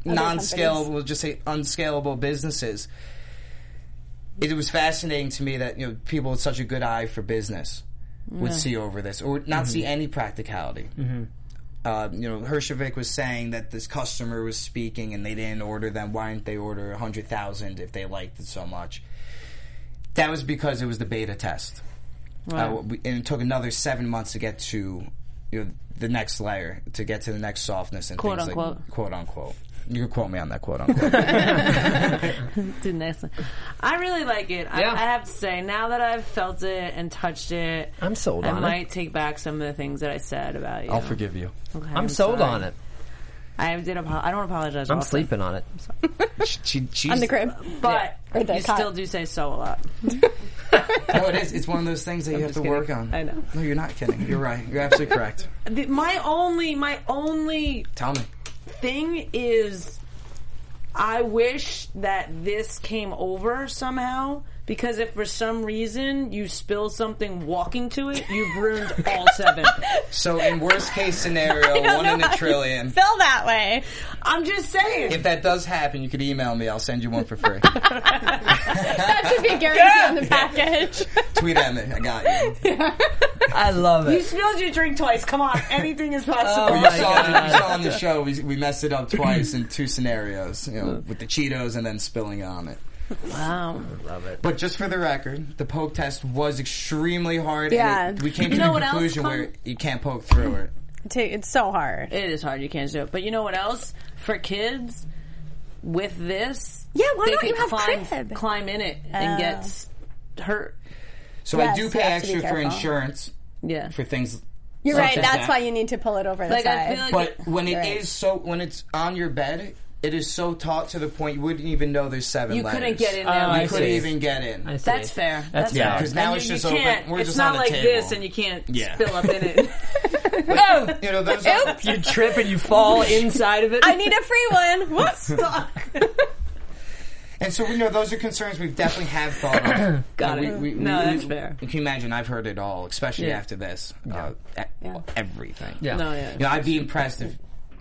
Speaker 5: companies.
Speaker 3: non-scalable, we'll just say unscalable businesses. It was fascinating to me that you know people with such a good eye for business would see over this or not see
Speaker 2: Mm-hmm.
Speaker 3: any practicality. Uh, you know, Hershovic was saying that this customer was speaking and they didn't order them. Why didn't they order a hundred thousand if they liked it so much? That was because it was the beta test, Uh, we- and it took another seven months to get to you know the next layer to get to the next softness and
Speaker 2: Quote,
Speaker 3: things
Speaker 2: unquote.
Speaker 3: like quote unquote. You can quote me on that quote unquote.
Speaker 2: Didn't ask. I really like it. I,
Speaker 6: Yeah.
Speaker 2: I have to say, now that I've felt it and touched it,
Speaker 6: I'm sold
Speaker 2: I
Speaker 6: on it.
Speaker 2: might take back some of the things that I said about you.
Speaker 3: I'll forgive you.
Speaker 2: Okay,
Speaker 6: I'm, sold
Speaker 2: sorry.
Speaker 6: on it.
Speaker 2: I did. Apo- I don't apologize.
Speaker 6: I'm
Speaker 2: often,
Speaker 6: sleeping on it.
Speaker 3: She, she's,
Speaker 5: on the crib.
Speaker 2: but
Speaker 5: Or the
Speaker 2: you
Speaker 5: cot.
Speaker 2: still do say so a lot.
Speaker 3: No, it is. It's one of those things that you have to
Speaker 2: just
Speaker 3: work
Speaker 2: kidding.
Speaker 3: on.
Speaker 2: I know.
Speaker 3: No, you're not kidding. You're right. You're absolutely correct.
Speaker 2: The- my only, my only
Speaker 3: Tell me.
Speaker 2: thing is I wish that this came over somehow because if for some reason you spill something walking to it, you've ruined all seven.
Speaker 3: So, in worst case scenario,
Speaker 5: don't
Speaker 3: one
Speaker 5: know
Speaker 3: in a
Speaker 5: how you
Speaker 3: trillion.
Speaker 5: Feel that way.
Speaker 2: I'm just saying.
Speaker 3: If that does happen, you could email me. I'll send you one for free.
Speaker 5: That should be a guarantee on the package.
Speaker 3: Tweet at me. I got you.
Speaker 6: I love
Speaker 2: you
Speaker 6: it.
Speaker 2: spilled your drink twice. Come on, anything is
Speaker 3: Oh,
Speaker 2: possible.
Speaker 3: you, saw, you saw on the show we, we messed it up twice in two scenarios. You know, with the Cheetos and then spilling on it.
Speaker 2: wow.
Speaker 3: But just for the record, the poke test was extremely hard. and
Speaker 5: Yeah.
Speaker 3: it- we came
Speaker 2: You
Speaker 3: to
Speaker 2: know
Speaker 3: the
Speaker 2: what else
Speaker 3: conclusion
Speaker 2: come-
Speaker 3: where you can't poke through it.
Speaker 5: Dude, It's so hard.
Speaker 2: It is hard. You can't do it. But you know what else? For kids, with this,
Speaker 5: Yeah, why
Speaker 2: they
Speaker 5: don't
Speaker 2: could
Speaker 5: you have
Speaker 2: climb,
Speaker 5: crib? Oh.
Speaker 2: climb in it and get s- hurt.
Speaker 3: So
Speaker 5: Yes,
Speaker 3: I do
Speaker 5: you
Speaker 3: pay
Speaker 5: have to be
Speaker 3: extra for
Speaker 5: careful.
Speaker 3: insurance
Speaker 2: Yeah.
Speaker 3: for things.
Speaker 5: You're right.
Speaker 3: Okay.
Speaker 5: That's why you need to pull it over the
Speaker 2: Like, I
Speaker 5: side.
Speaker 2: feel like
Speaker 3: But when it is
Speaker 5: Right.
Speaker 3: so, when it's on your bed, it is so taut to the point you wouldn't even know there's seven.
Speaker 2: you
Speaker 3: letters.
Speaker 2: couldn't get in
Speaker 4: Oh,
Speaker 2: there.
Speaker 4: I
Speaker 3: You
Speaker 4: see.
Speaker 3: couldn't even get in.
Speaker 4: I see.
Speaker 2: That's fair. That's,
Speaker 4: fair.
Speaker 2: fair.
Speaker 3: 'Cause now
Speaker 2: And
Speaker 3: it's
Speaker 2: you-
Speaker 3: just
Speaker 2: you
Speaker 3: open.
Speaker 2: can't-
Speaker 3: We're
Speaker 2: it's
Speaker 3: just
Speaker 2: not
Speaker 3: on the
Speaker 2: like
Speaker 3: table.
Speaker 2: this, and you can't
Speaker 3: Yeah.
Speaker 2: spill up in it.
Speaker 3: You know, those are,
Speaker 4: You trip and you fall inside of it.
Speaker 5: I need a free one. What's
Speaker 3: and so we know those are concerns we definitely have thought of.
Speaker 2: Got
Speaker 3: We-
Speaker 2: it.
Speaker 3: we-
Speaker 2: No,
Speaker 3: we-
Speaker 2: that's
Speaker 3: we-
Speaker 2: fair.
Speaker 3: You can imagine I've heard it all, especially
Speaker 2: Yeah.
Speaker 3: after this. Uh, e- Everything.
Speaker 6: Yeah.
Speaker 2: No, yeah.
Speaker 3: You know, I'd be impressed if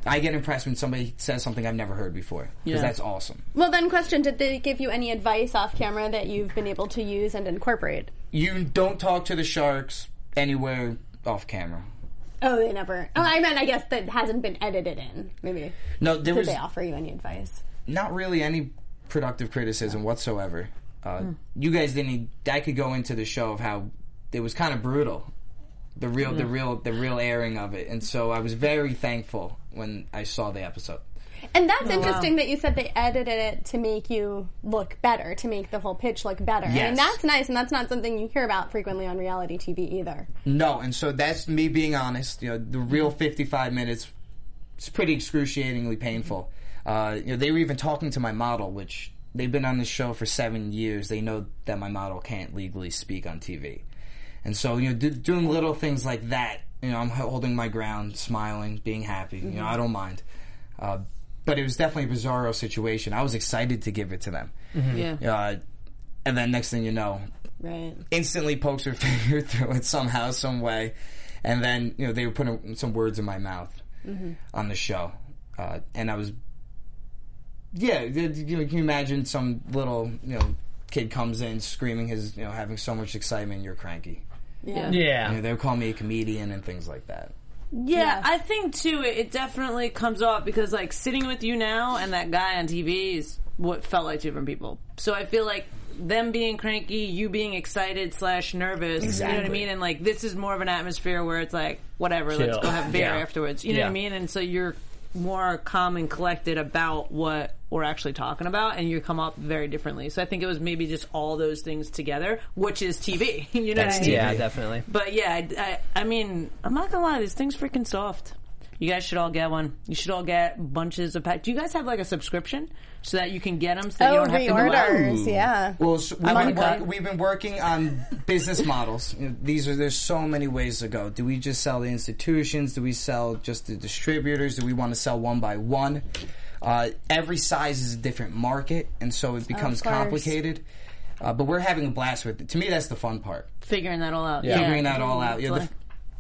Speaker 3: I get impressed when somebody says something I've never heard before because
Speaker 2: Yeah.
Speaker 3: that's awesome.
Speaker 5: Well, then, question: Did they give you any advice off camera that you've been able to use and incorporate?
Speaker 3: You don't talk to the sharks anywhere off camera.
Speaker 5: Oh, they never. Oh, I meant, I guess that hasn't been edited in. Maybe
Speaker 3: No, there
Speaker 5: did
Speaker 3: was
Speaker 5: they offer you any advice?
Speaker 3: not really any productive criticism whatsoever. Uh, You guys didn't. e, I could go into the show of how it was kind of brutal, the real, the real, the real airing of it, and so I was very thankful when I saw the episode.
Speaker 5: And that's interesting that you said they edited it to make you look better, to make the whole pitch look better. I mean,
Speaker 3: Yes.
Speaker 5: that's nice, and that's not something you hear about frequently on reality TV either.
Speaker 3: No, and so that's me being honest. You know, the real 55 minutes is pretty excruciatingly painful. Uh, you know, they were even talking to my model, which they've been on this show for seven years. They know that my model can't legally speak on TV, and so you know, do, doing little things like that. You know, I'm holding my ground, smiling, being happy. You know, I don't mind. Uh, but it was definitely a bizarro situation. I was excited to give it to them.
Speaker 2: Yeah.
Speaker 3: Uh, and then next thing you know,
Speaker 2: Right.
Speaker 3: instantly pokes her finger through it somehow, some way, and then you know they were putting some words in my mouth on the show, uh, and I was, yeah, you know, can you imagine some little you know kid comes in screaming his you know having so much excitement, you're cranky. You
Speaker 4: yeah.
Speaker 3: know, they would call me a comedian and things like that.
Speaker 2: Yeah, I think too. It, it definitely comes off because like sitting with you now and that guy on TV is what felt like two different people. So I feel like them being cranky, you being excited slash nervous. You know what I
Speaker 4: Exactly.
Speaker 2: mean? And like this is more of an atmosphere where it's like whatever, let's
Speaker 4: Chill.
Speaker 2: go have beer
Speaker 4: Yeah.
Speaker 2: afterwards. You know what I
Speaker 4: Yeah.
Speaker 2: mean? And so you're more calm and collected about what we're actually talking about and you come up very differently. So I think it was maybe just all those things together, which is TV. you know what I mean?
Speaker 4: Yeah, definitely.
Speaker 2: But yeah, I, I, I mean, I'm not gonna lie, this thing's freaking soft. You guys should all get one. You should all get bunches of packs. Do you guys have like a subscription so that you can get them so that you
Speaker 5: Oh,
Speaker 2: don't have to go out?
Speaker 5: reorders, yeah.
Speaker 3: Well, so we
Speaker 2: like
Speaker 3: have
Speaker 2: that.
Speaker 3: we've been working on business models. You know, these are there's so many ways to go. Do we just sell the institutions? Do we sell just the distributors? Do we want to sell one by one? Uh, every size is a different market, and so it becomes
Speaker 5: course.
Speaker 3: complicated. Uh, but we're having a blast with it. To me, that's the fun part.
Speaker 2: figuring that all out.
Speaker 3: Yeah. Figuring that all out.
Speaker 2: It's
Speaker 3: Yeah, the,
Speaker 2: like-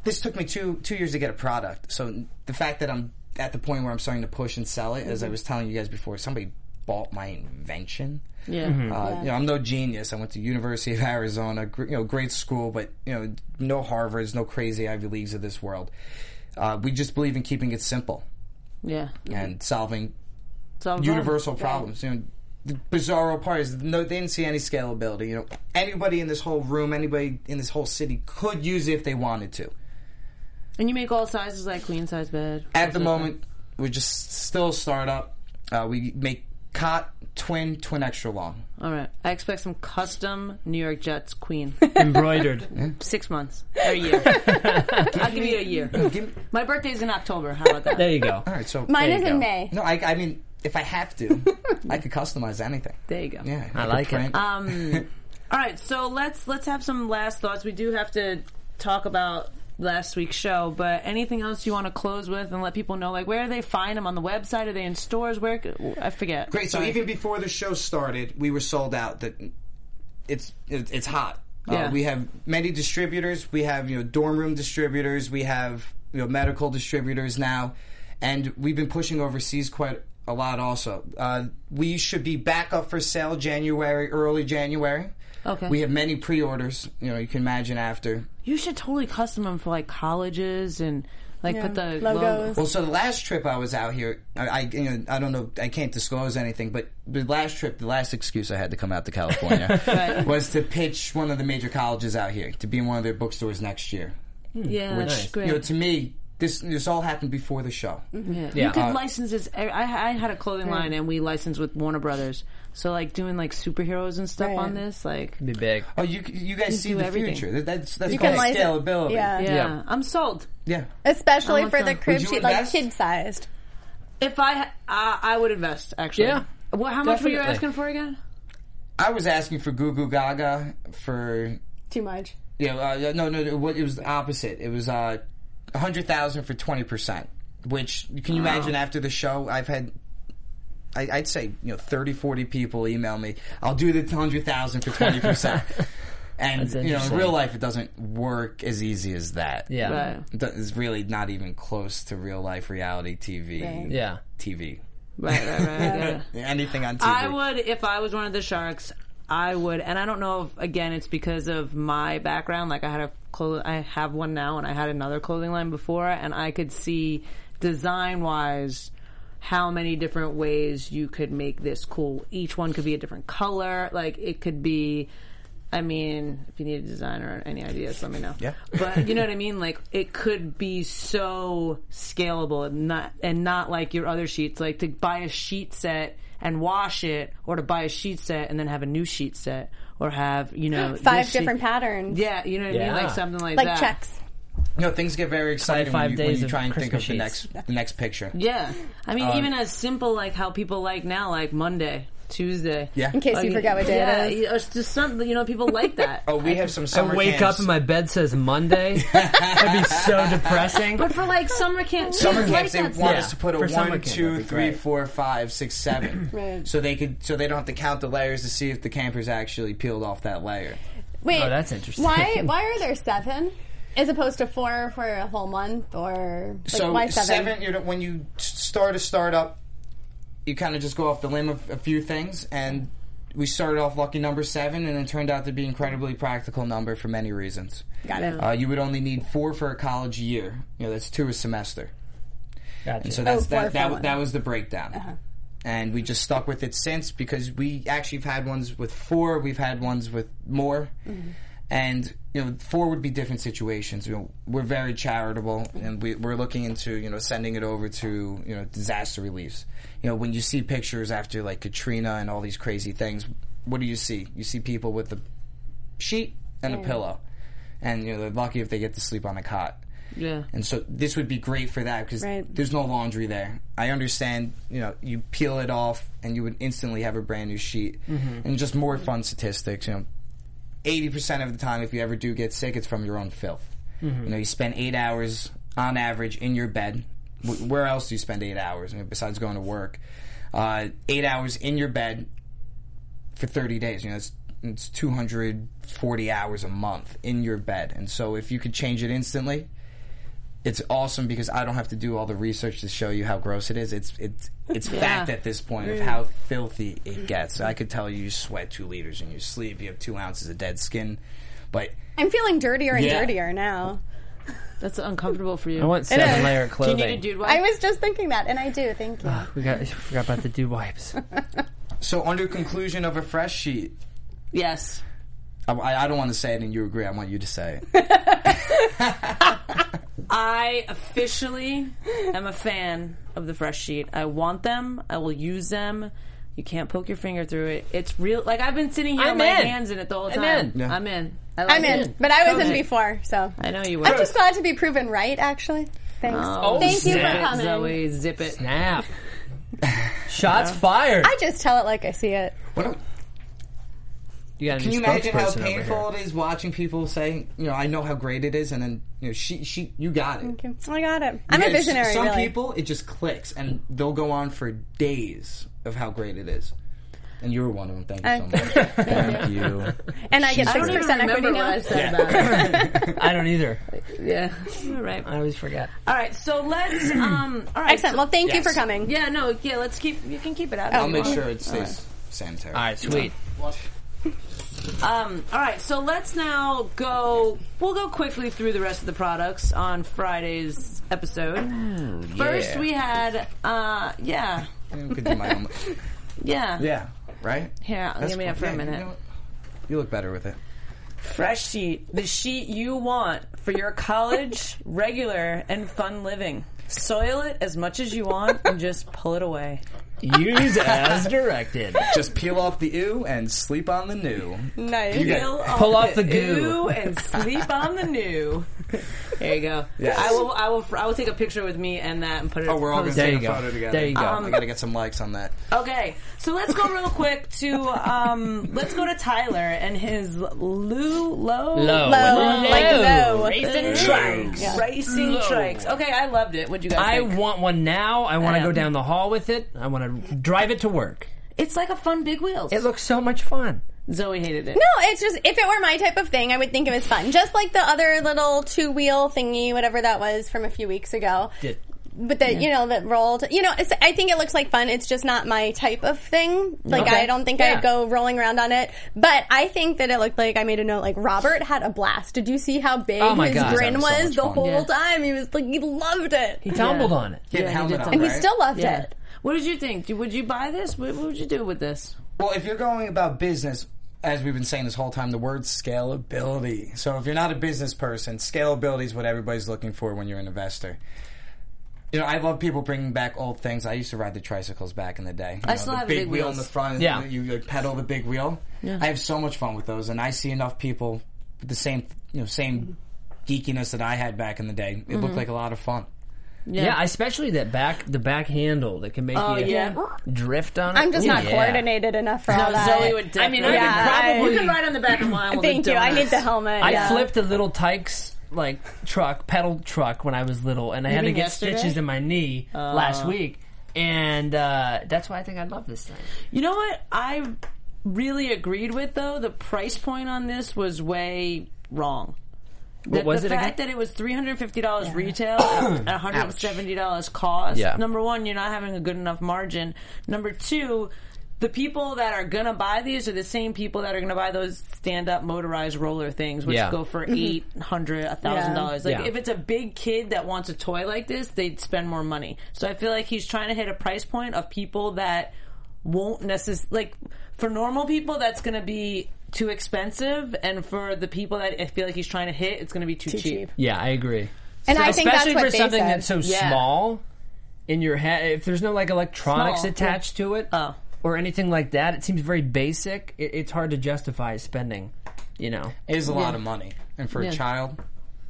Speaker 3: this took me two two years to get a product. So the fact that I'm at the point where I'm starting to push and sell it, as
Speaker 5: Mm-hmm.
Speaker 3: I was telling you guys before, somebody bought my invention.
Speaker 2: yeah.
Speaker 4: Mm-hmm.
Speaker 3: Uh, You know, I'm no genius. I went to University of Arizona, gr- you know, great school, but you know, no Harvards, no crazy Ivy Leagues of this world. Uh, we just believe in keeping it simple
Speaker 2: yeah.
Speaker 3: and solving
Speaker 2: So
Speaker 3: universal problems. You know, the bizarro part is no, they didn't see any scalability. You know, anybody in this whole room, anybody in this whole city could use it if they wanted to.
Speaker 2: And you make all sizes like queen size bed.
Speaker 3: At the moment, we're just still a startup. Uh, we make cot, twin, twin extra long.
Speaker 2: All right. I expect some custom New York Jets queen.
Speaker 4: Embroidered.
Speaker 2: Six months. Or a year. I'll give you a year.
Speaker 3: Give me,
Speaker 2: My birthday's in October. How about that?
Speaker 4: There you go.
Speaker 3: all right, so
Speaker 5: Mine
Speaker 4: There
Speaker 5: is
Speaker 4: you
Speaker 5: in
Speaker 4: go.
Speaker 5: May.
Speaker 3: No, I, I mean, if I have to, I could customize anything.
Speaker 2: There you go.
Speaker 3: Yeah,
Speaker 4: I
Speaker 3: could
Speaker 4: like it.
Speaker 3: print.
Speaker 2: Um, all right, so let's let's have some last thoughts. We do have to talk about last week's show, but anything else you want to close with and let people know, like where do they find them on the website? Are they in stores? Where c- I forget.
Speaker 3: Great. So even before the show started, we were sold out. That it's it, it's hot.
Speaker 2: Yeah.
Speaker 3: Uh, we have many distributors. We have you know dorm room distributors. We have you know medical distributors now, and we've been pushing overseas quite a lot. Also, uh, we should be back up for sale January, early January.
Speaker 2: Okay.
Speaker 3: We have many pre-orders. You know, you can imagine after.
Speaker 2: You should totally custom them for like colleges and like put the logo.
Speaker 5: Logos.
Speaker 3: Well, so the last trip I was out here, I, I, you know, I don't know, I can't disclose anything, but the last trip, the last excuse I had to come out to California was to pitch one of the major colleges out here to be in one of their bookstores next year.
Speaker 2: Yeah, that's great.
Speaker 3: You know, to me, this this all happened before the show.
Speaker 2: Yeah. you could
Speaker 4: uh,
Speaker 2: license this. I, I I had a clothing line and we licensed with Warner Brothers. So like doing like superheroes and stuff on this, like
Speaker 4: Be big.
Speaker 3: Oh, you you guys see
Speaker 2: do
Speaker 3: the
Speaker 2: everything.
Speaker 3: future. That, that's that's
Speaker 5: You
Speaker 3: called
Speaker 5: can license-
Speaker 3: scalability.
Speaker 5: Yeah.
Speaker 2: yeah,
Speaker 4: Yeah.
Speaker 2: I'm sold.
Speaker 3: yeah.
Speaker 2: I
Speaker 5: Especially
Speaker 2: want
Speaker 5: for the
Speaker 2: them.
Speaker 5: crib
Speaker 3: Would you
Speaker 5: sheet, like
Speaker 3: invest?
Speaker 5: kid sized.
Speaker 2: If I ha- I, I would invest actually.
Speaker 4: Yeah.
Speaker 2: Well, how much were you
Speaker 4: Definitely.
Speaker 2: asking for again?
Speaker 3: I was asking for Goo Goo Gaga for
Speaker 5: Too much.
Speaker 3: Yeah, uh, yeah, no, no, no, what- it was the opposite. It was uh, a hundred thousand for twenty percent. Which can you imagine after the show? I've had, I, I'd say you know 30, 40 people email me. I'll do the hundred thousand for twenty percent. And you know, in
Speaker 4: interesting.
Speaker 3: real life, it doesn't work as easy as that.
Speaker 4: Yeah.
Speaker 2: Right.
Speaker 3: It do- it's really not even close to real life reality TV.
Speaker 4: Yeah.
Speaker 3: TV.
Speaker 2: Right, right, right. yeah.
Speaker 3: Anything on TV.
Speaker 2: I would, if I was one of the sharks, I would, and I don't know if again it's because of my background. Like I had a clo- I have one now, and I had another clothing line before, and I could see design wise how many different ways you could make this cool. Each one could be a different color. Like it could be. I mean, if you need a designer or any ideas, let me know.
Speaker 3: Yeah.
Speaker 2: But you know what I mean? Like it could be so scalable and not and not like your other sheets. Like to buy a sheet set and wash it, or to buy a sheet set and then have a new sheet set, or have you know
Speaker 5: Five
Speaker 2: this sheet-
Speaker 5: different patterns.
Speaker 2: Yeah, you know what I mean?
Speaker 4: Yeah.
Speaker 2: Like something like,
Speaker 5: Like
Speaker 2: that.
Speaker 5: checks.
Speaker 3: You know, things get very exciting when
Speaker 4: 25
Speaker 3: you, when
Speaker 4: days
Speaker 3: you
Speaker 4: of
Speaker 3: try and think of
Speaker 4: Christmas
Speaker 3: the
Speaker 4: sheets.
Speaker 3: next the next picture.
Speaker 2: Yeah, I mean, even as simple like how people like now, like Monday, Tuesday.
Speaker 3: Yeah.
Speaker 5: In case you forgot what day
Speaker 2: yeah,
Speaker 5: it is.
Speaker 2: yeah, it's just something you know. People like that.
Speaker 3: Oh, we have some
Speaker 4: I
Speaker 3: summer
Speaker 4: wake
Speaker 3: camps.
Speaker 4: up and my bed says Monday. That'd be so depressing.
Speaker 2: But for like summer camp,
Speaker 3: summer
Speaker 2: kids
Speaker 3: camps
Speaker 2: like that
Speaker 3: they want
Speaker 4: Yeah,
Speaker 3: us to put a
Speaker 4: for summer
Speaker 3: one,
Speaker 4: camp,
Speaker 3: two,
Speaker 4: that'd be
Speaker 3: three,
Speaker 4: great.
Speaker 3: four, five, six, seven.
Speaker 5: Right.
Speaker 3: So they could, so they don't have to count the layers to see if the camper's actually peeled off that layer.
Speaker 5: Wait.
Speaker 4: Oh, that's interesting.
Speaker 5: Why, why are there seven? As opposed to four for a whole month or like,
Speaker 3: so
Speaker 5: why
Speaker 3: seven, you know, when you s- start a startup, you kind of just go off the limb of a few things, and we started off lucky number seven, and it turned out to be an incredibly practical number for many reasons.
Speaker 5: Got it.
Speaker 3: Uh, you would only need four for a college year. You know, that's two a semester.
Speaker 4: Gotcha.
Speaker 3: So that's
Speaker 5: Oh,
Speaker 3: that,
Speaker 5: waterfall
Speaker 3: that,
Speaker 5: one. Uh-huh.
Speaker 3: that was the breakdown. And we just stuck with it since because we actually have had ones with four, we've had ones with more.
Speaker 5: Mm-hmm.
Speaker 3: And you know, four would be different situations. You know, we're very charitable, and we, we're looking into you know sending it over to you know disaster reliefs. You know, when you see pictures after like Katrina and all these crazy things, what do you see? You see people with a sheet and a pillow, and you know they're lucky if they get to sleep on a cot.
Speaker 2: Yeah.
Speaker 3: And so this would be great for that because
Speaker 5: Right.
Speaker 3: there's no laundry there. I understand, you know, you peel it off and you would instantly have a brand new sheet. And just more fun statistics, you know, 80% of the time, if you ever do get sick, it's from your own filth. You know, you spend eight hours on average in your bed. Wh- Where else do you spend eight hours? I mean, besides going to work. uh, eight hours in your bed for 30 days. You know, it's, it's 240 hours a month in your bed. And so if you could change it instantly, it's awesome because I don't have to do all the research to show you how gross it is. It's it's it's fact at this point of how filthy it gets. I could tell you, you sweat two liters in your sleep. You have two ounces of dead skin, but
Speaker 5: I'm feeling dirtier and
Speaker 3: Yeah.
Speaker 5: dirtier now.
Speaker 2: That's uncomfortable for you.
Speaker 4: I want seven
Speaker 5: is.
Speaker 4: layer
Speaker 2: Do you
Speaker 4: clothing.
Speaker 2: need a dude wipe?
Speaker 5: I was just thinking that, and I do. Thank you.
Speaker 2: Ah,
Speaker 4: We got I forgot about the dew wipes.
Speaker 3: so under conclusion of a fresh sheet.
Speaker 2: yes.
Speaker 3: I, I don't want to say it, and you agree. I want you to say it.
Speaker 2: I officially am a fan of the fresh sheet. I want them. I will use them. You can't poke your finger through it. It's real. Like I've been sitting here
Speaker 4: I'm
Speaker 2: with my
Speaker 4: in.
Speaker 2: hands in it the whole
Speaker 4: I'm
Speaker 2: time.
Speaker 4: in.
Speaker 3: Yeah.
Speaker 2: I'm in. I like
Speaker 5: I'm
Speaker 2: it.
Speaker 5: in, but I was in
Speaker 2: Okay.
Speaker 5: before, so
Speaker 2: I know you were.
Speaker 5: I'm just glad to be proven right. Actually, thanks.
Speaker 2: Oh,
Speaker 5: Thank you
Speaker 4: snap.
Speaker 5: for coming.
Speaker 2: Zoe, zip it.
Speaker 4: Snap. Shots fired.
Speaker 5: I just tell it like I see it.
Speaker 3: What a-
Speaker 4: you got a
Speaker 3: Can
Speaker 4: new
Speaker 3: you imagine how
Speaker 4: spokesperson over here.
Speaker 3: painful it is watching people say, you know, I know how great it is, and then you know, she she you got it.
Speaker 5: Thank you. I got it. I'm a
Speaker 3: Yeah, s-
Speaker 5: visionary,
Speaker 3: Some
Speaker 5: really.
Speaker 3: people it just clicks, and they'll go on for days of how great it is. And you were one of them. Thank you so much. Thank you.
Speaker 5: and I get
Speaker 2: I
Speaker 5: six
Speaker 2: don't even
Speaker 5: percent equity
Speaker 2: remember what
Speaker 5: now.
Speaker 2: I said about it.
Speaker 4: I don't either.
Speaker 2: Yeah. All right.
Speaker 4: I always forget.
Speaker 2: All right. So let's. Um. All right.
Speaker 5: Excellent.
Speaker 2: so-
Speaker 5: Oh. Well, thank you
Speaker 3: Yes.
Speaker 5: for coming.
Speaker 2: yeah. No. Yeah. Let's keep. You can keep it out.
Speaker 3: I'll make sure it stays sanitary.
Speaker 4: All right, sweet.
Speaker 2: Um, all right, so let's now go. We'll go quickly through the rest of the products on Friday's episode. First, we had, uh, yeah,
Speaker 3: I could do my own.
Speaker 2: yeah, yeah.
Speaker 3: Yeah. Right.
Speaker 2: Here,
Speaker 3: That's
Speaker 2: give me up
Speaker 3: cool.
Speaker 2: for a
Speaker 3: Yeah,
Speaker 2: minute.
Speaker 3: You, know what? You look better with it.
Speaker 2: Fresh sheet, the sheet you want for your college, regular, and fun living. Soil it as much as you want, and just pull it away.
Speaker 4: Use as directed.
Speaker 3: Just peel off the ew and sleep on the new.
Speaker 5: Nice.
Speaker 3: You got-
Speaker 2: Peel
Speaker 4: Pull
Speaker 2: off
Speaker 4: off the
Speaker 2: goo
Speaker 4: goo.
Speaker 2: and sleep on the new. There you go.
Speaker 3: Yes.
Speaker 2: I will. I will. I will take a picture with me and that, and put it.
Speaker 3: Oh, we're all gonna
Speaker 2: post
Speaker 4: There
Speaker 3: take
Speaker 4: you
Speaker 3: a
Speaker 4: go.
Speaker 3: photo together.
Speaker 4: There you go.
Speaker 3: I gotta get some likes on that.
Speaker 2: Okay, so let's go real quick to um, let's go to Tyler and his Lou Low
Speaker 4: Low.
Speaker 2: Oh,
Speaker 5: Low, like low.
Speaker 4: Racing
Speaker 2: Ooh.
Speaker 4: trikes.
Speaker 2: Racing
Speaker 4: Low.
Speaker 2: Trikes. Okay, I loved it. What you guys
Speaker 4: I
Speaker 2: think?
Speaker 4: want one now. I want to go
Speaker 2: Um,
Speaker 4: down the hall with it. I want to drive it to work.
Speaker 2: it's like a fun big wheels.
Speaker 4: It looks so much fun.
Speaker 2: Zoe hated it.
Speaker 5: No, it's just if it were my type of thing, I would think it was fun. Just like the other little two wheel thingy, whatever that was from a few weeks ago.
Speaker 4: Did-
Speaker 5: But the you know that rolled. You know, it's, I think it looks like fun. It's just not my type of thing. Like
Speaker 4: Okay.
Speaker 5: I don't think
Speaker 4: Yeah.
Speaker 5: I'd go rolling around on it. But I think that it looked like I made a note. Like Robert had a blast. Did you see how big
Speaker 4: Oh my
Speaker 5: his
Speaker 4: God.
Speaker 5: grin
Speaker 3: That was
Speaker 5: was,
Speaker 3: so much
Speaker 5: the
Speaker 3: fun.
Speaker 5: whole
Speaker 2: Yeah.
Speaker 5: time? He was like he loved it,
Speaker 4: He tumbled on it.
Speaker 3: Get
Speaker 2: he
Speaker 3: helmet
Speaker 2: did
Speaker 3: on,
Speaker 2: something.
Speaker 5: and he
Speaker 3: right?
Speaker 5: still loved
Speaker 2: Yeah.
Speaker 5: it.
Speaker 2: What did you think? Do- Would you buy this? What, what would you do with this?
Speaker 3: Well, if you're going about business, as we've been saying this whole time, the word scalability. So if you're not a business person, scalability is what everybody's looking for when you're an investor. You know, I love people bringing back old things. I used to ride the tricycles back in the day. You know,
Speaker 2: still
Speaker 3: the
Speaker 2: have the
Speaker 3: big,
Speaker 2: big
Speaker 3: wheel in
Speaker 2: wheels.
Speaker 3: the front.
Speaker 4: Yeah.
Speaker 3: you like, pedal the big wheel. I have so much fun with those, and I see enough people with the same, you know, same geekiness that I had back in the day. It
Speaker 2: Mm-hmm.
Speaker 3: looked like a lot of fun.
Speaker 4: Yeah. especially that back, the back handle that can make
Speaker 2: Oh,
Speaker 4: you
Speaker 2: yeah.
Speaker 4: drift on it.
Speaker 5: I'm just
Speaker 4: Ooh,
Speaker 5: not
Speaker 4: yeah.
Speaker 5: coordinated enough for all that.
Speaker 2: Zoe would.
Speaker 4: I mean,
Speaker 2: definitely-
Speaker 4: I
Speaker 5: Yeah,
Speaker 4: could probably.
Speaker 2: You could ride on the back of mine. with a
Speaker 5: Thank you. I
Speaker 2: donut.
Speaker 5: need the helmet.
Speaker 4: I
Speaker 5: yeah.
Speaker 4: flipped a little Tykes like truck pedal truck when I was little, and I had to
Speaker 2: mean
Speaker 4: get
Speaker 2: yesterday?
Speaker 4: stitches in my knee last week, and uh, that's why I think I love this thing.
Speaker 2: You know what I really agreed with though? The price point on this was way wrong. What
Speaker 4: was
Speaker 2: the
Speaker 4: it again?
Speaker 2: fact that it was three hundred fifty dollars retail and one hundred and seventy dollars cost.
Speaker 4: Yeah.
Speaker 2: Number one, you're not having a good enough margin. Number two, the people that are gonna buy these are the same people that are gonna buy those stand up motorized roller things, which
Speaker 4: Yeah.
Speaker 2: go for eight hundred, a thousand dollars. Like
Speaker 4: Yeah.
Speaker 2: if it's a big kid that wants a toy like this, they'd spend more money. So I feel like he's trying to hit a price point of people that won't necessarily like for normal people that's going to be too expensive and for the people that I feel like he's trying to hit it's going to be too, cheap.
Speaker 5: cheap.
Speaker 4: Yeah, I agree.
Speaker 5: And I think
Speaker 4: Especially
Speaker 5: that's what
Speaker 4: for
Speaker 5: they
Speaker 4: something
Speaker 5: said.
Speaker 4: that's so
Speaker 2: Yeah.
Speaker 4: small in your head. If there's no like electronics
Speaker 2: Small.
Speaker 4: attached to it
Speaker 2: Oh.
Speaker 4: or anything like that, it seems very basic. It, it's hard to justify spending. You know,
Speaker 3: It is a lot of money, and for a child,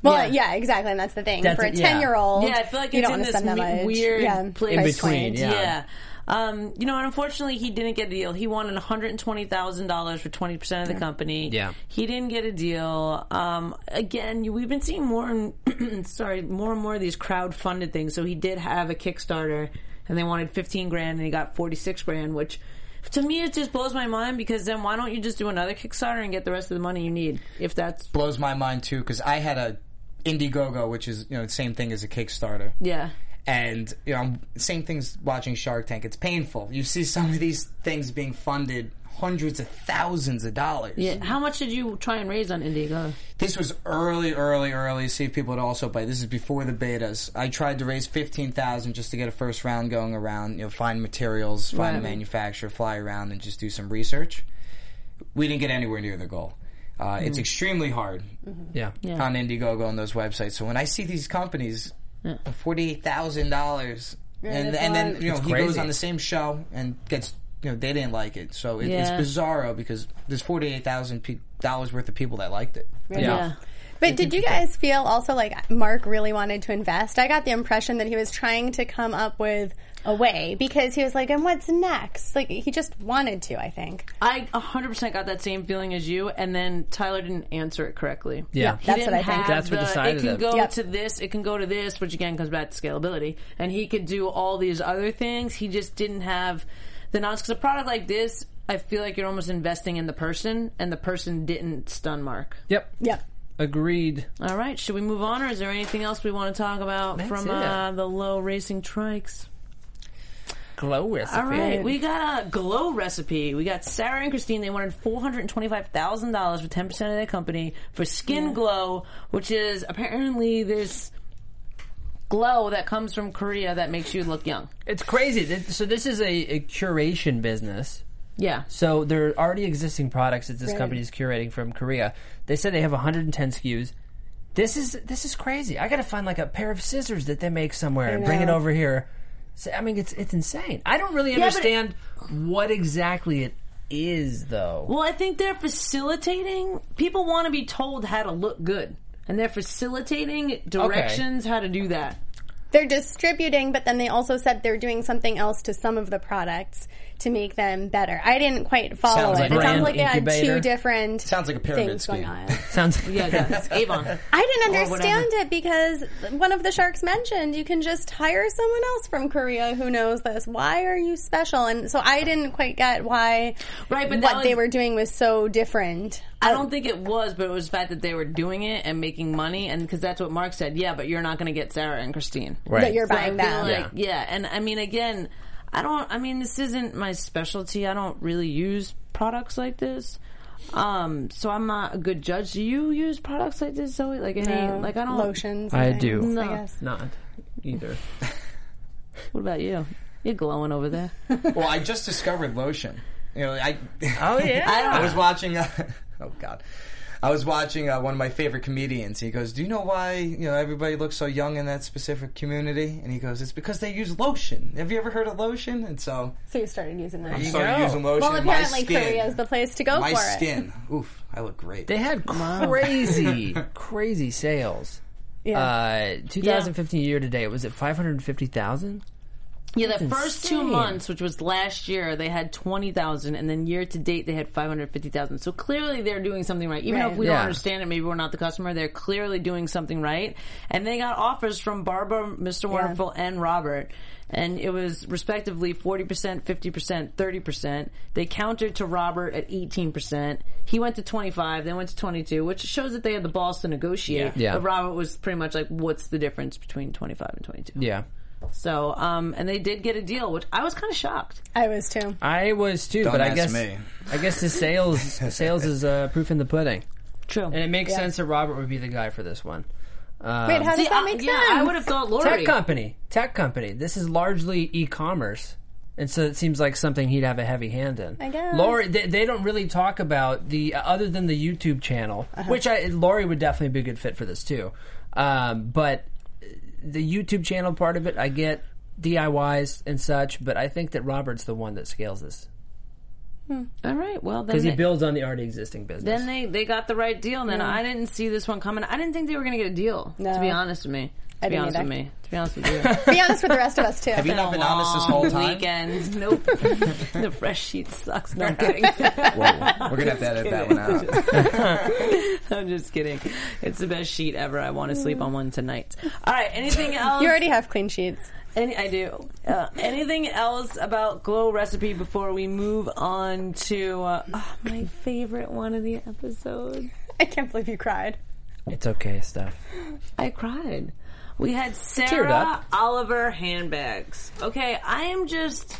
Speaker 5: Well, yeah. exactly, and that's the thing.
Speaker 4: That's
Speaker 5: For a
Speaker 4: it, yeah.
Speaker 5: ten-year-old,
Speaker 2: Yeah, I feel like
Speaker 5: you
Speaker 2: it's in
Speaker 5: don't want to
Speaker 2: this
Speaker 5: spend that
Speaker 2: me-
Speaker 5: much.
Speaker 2: weird place
Speaker 4: in
Speaker 5: price
Speaker 4: between.
Speaker 5: point.
Speaker 4: Yeah.
Speaker 2: Yeah. Um, you know, and unfortunately, he didn't get a deal. He wanted one hundred and twenty thousand dollars for twenty percent of the company.
Speaker 4: Yeah.
Speaker 2: he didn't get a deal. Um, again, you- we've been seeing more and sorry, more and more of these crowd funded things. So he did have a Kickstarter. and they wanted 15 grand and he got 46 grand, which to me it just blows my mind because then why don't you just do another Kickstarter and get the rest of the money you need if that's
Speaker 3: blows my mind too because I had a Indiegogo, which is you know the same thing as a Kickstarter.
Speaker 2: yeah.
Speaker 3: And you know, I'm- same things watching Shark Tank. It's painful. You see some of these things being funded hundreds of thousands of dollars.
Speaker 2: Yeah, how much did you try and raise on Indiegogo?
Speaker 3: This was early, early, early. See if people would also play. This is before the betas. I tried to raise fifteen thousand just to get a first round going around. You know, find materials, find a
Speaker 2: Right.
Speaker 3: manufacturer, fly around, and just do some research. We didn't get anywhere near the goal. Uh,
Speaker 2: Mm.
Speaker 3: It's extremely hard
Speaker 4: Yeah. yeah.
Speaker 3: on Indiegogo and those websites. So when I see these companies, forty eight thousand dollars, and and then you know he goes
Speaker 4: crazy.
Speaker 3: on the same show and gets you know they didn't like it. So it,
Speaker 2: Yeah.
Speaker 3: it's bizarro because there's forty eight thousand pe- dollars worth of people that liked it.
Speaker 4: Oh,
Speaker 5: But did you guys feel also like Mark really wanted to invest? I got the impression that he was trying to come up with a way because he was like, and what's next? Like, he just wanted to, I think.
Speaker 2: I 100% got that same feeling as you, and then Tyler didn't answer it correctly.
Speaker 4: Yeah.
Speaker 2: He
Speaker 5: That's
Speaker 2: didn't
Speaker 5: what I think.
Speaker 2: have
Speaker 4: That's what
Speaker 2: the-
Speaker 4: decided
Speaker 2: It can
Speaker 4: it.
Speaker 2: go
Speaker 5: Yep.
Speaker 2: to this, it can go to this, which again comes back to scalability. And he could do all these other things. He just didn't have the knowledge. Because a product like this, I feel like you're almost investing in the person, and the person didn't stun Mark.
Speaker 4: Yep.
Speaker 5: Yep.
Speaker 4: Agreed.
Speaker 2: All right, should we move on, or is there anything else we want to talk about
Speaker 4: That's
Speaker 2: from
Speaker 4: it.
Speaker 2: uh, the low racing trikes?
Speaker 4: Glow recipe.
Speaker 2: All right, we got a glow recipe. We got Sarah and Christine. They wanted four hundred and twenty-five thousand dollars for ten percent of their company for skin glow, which is apparently this glow that comes from Korea that makes you look young.
Speaker 4: It's crazy. Th- So this is a, a curation business.
Speaker 2: Yeah.
Speaker 4: So there are already existing products that this
Speaker 5: Right.
Speaker 4: company is curating from Korea. They said they have 110 SKUs. This is this is crazy. I gotta find like a pair of scissors that they make somewhere and bring it
Speaker 5: know.
Speaker 4: over here. So, I mean, it's it's insane. I don't really
Speaker 2: but it-
Speaker 4: understand what exactly it is, though.
Speaker 2: Well, I think they're facilitating. People want to be told how to look good, and they're facilitating directions how to do that.
Speaker 5: They're distributing, but then they also said they're doing something else to some of the products to make them better. I didn't quite follow
Speaker 3: Sounds
Speaker 5: it.
Speaker 3: like
Speaker 5: it sounds
Speaker 4: brand
Speaker 5: like they had
Speaker 4: incubator.
Speaker 5: two different
Speaker 3: Sounds like a pyramid
Speaker 5: things
Speaker 3: scheme.
Speaker 5: going on.
Speaker 4: Sounds
Speaker 2: Yeah, that's Avon.
Speaker 5: I didn't
Speaker 2: Or
Speaker 5: understand it because one of the sharks mentioned you can just hire someone else from Korea who knows this. Why are you special? And so I didn't quite get why
Speaker 2: Right, but that
Speaker 5: what they
Speaker 2: was-
Speaker 5: were doing was so different.
Speaker 2: I don't think it was, but it was the fact that they were doing it and making money, and because that's what Mark said. Yeah, but you're not going to get Sarah and Christine. Right.
Speaker 5: that you're
Speaker 2: So I
Speaker 5: buying
Speaker 2: feel
Speaker 5: them.
Speaker 2: Like, yeah. and I mean, again, I don't. I mean, this isn't my specialty. I don't really use products like this, um, so I'm not a good judge. Do you use products like this, Zoe? Like any,
Speaker 5: No,
Speaker 2: like I don't.
Speaker 5: lotions.
Speaker 4: I
Speaker 5: and
Speaker 4: do.
Speaker 5: things,
Speaker 4: No.
Speaker 5: I guess.
Speaker 4: not either.
Speaker 2: What about you? You're glowing over there.
Speaker 3: Well, I just discovered lotion. You know, I
Speaker 4: Oh yeah.
Speaker 3: I was watching. Uh, oh God, I was watching uh, one of my favorite comedians. He goes, "Do you know why you know everybody looks so young in that specific community?" And he goes, "It's because they use lotion. Have you ever heard of lotion?" And so
Speaker 5: So you started using
Speaker 3: I
Speaker 5: those.
Speaker 3: started
Speaker 4: go.
Speaker 3: using lotion.
Speaker 5: Well,
Speaker 3: and my
Speaker 5: apparently
Speaker 3: skin-
Speaker 5: Korea is the place to go
Speaker 3: My
Speaker 5: for
Speaker 3: skin. Oof, I look great.
Speaker 4: They had crazy, crazy sales.
Speaker 5: it. Yeah.
Speaker 4: Uh, 2015 year to date was it 550,000?
Speaker 2: Yeah, the first two
Speaker 4: insane.
Speaker 2: months, which was last year, they had twenty thousand, and then year to date they had five hundred fifty thousand. So clearly they're doing something right. Even though if
Speaker 5: Right.
Speaker 2: we
Speaker 4: Yeah.
Speaker 2: don't understand it, maybe we're not the customer. They're clearly doing something right, and they got offers from Barbara, Mr. Wonderful, and Robert, and it was respectively forty percent, fifty percent, thirty percent. They countered to Robert at eighteen percent. He went to twenty five. They went to twenty two, which shows that they had the balls to negotiate.
Speaker 4: Yeah. Yeah.
Speaker 2: But Robert was pretty much like, "What's the difference between twenty five and 22?
Speaker 4: Yeah.
Speaker 2: So, um, and they did get a deal, which I was kind of shocked.
Speaker 5: I was too.
Speaker 4: I was too, but I
Speaker 3: ask
Speaker 4: guess
Speaker 3: me.
Speaker 4: I guess the sales sales is uh, proof in the pudding,
Speaker 2: True.
Speaker 4: and it makes sense that Robert would be the guy for this one. Um,
Speaker 5: Wait, how does that make
Speaker 2: yeah,
Speaker 5: sense?
Speaker 2: I would have thought Lori.
Speaker 4: tech company, tech company. This is largely e-commerce, and so it seems like something he'd have a heavy hand in.
Speaker 5: I guess.
Speaker 4: Lori. They, they don't really talk about the uh, other than the YouTube channel,
Speaker 5: Uh-huh.
Speaker 4: which I Lori would definitely be a good fit for this too. Um, but the YouTube channel part of it, I get DIYs and such, but I think that Robert's the one that scales this
Speaker 2: All right. Well, then
Speaker 4: because he
Speaker 2: they,
Speaker 4: builds on the already existing business.
Speaker 2: then they they got the right deal. And then I didn't see this one coming. I didn't think they were going to get a deal. To be honest with me. To be
Speaker 5: didn't
Speaker 2: honest
Speaker 5: either.
Speaker 2: with me. To be honest with you.
Speaker 5: Be honest with the rest of us too.
Speaker 3: Have you not been honest this whole time?
Speaker 2: Weekends. Nope. the fresh sheet sucks. No, I'm kidding.
Speaker 3: Whoa, we're gonna have to edit that one out.
Speaker 2: I'm just kidding. It's the best sheet ever. I want to sleep on one tonight. All right. Anything else?
Speaker 5: You already have clean sheets.
Speaker 2: Any, I do. Uh, anything else about glow recipe before we move on to uh, oh, my favorite one of the episode?
Speaker 5: I can't believe you cried.
Speaker 4: It's okay, Steph.
Speaker 2: I cried. We had
Speaker 4: Teared
Speaker 2: Sarah
Speaker 4: up.
Speaker 2: Oliver handbags. Okay, I am just.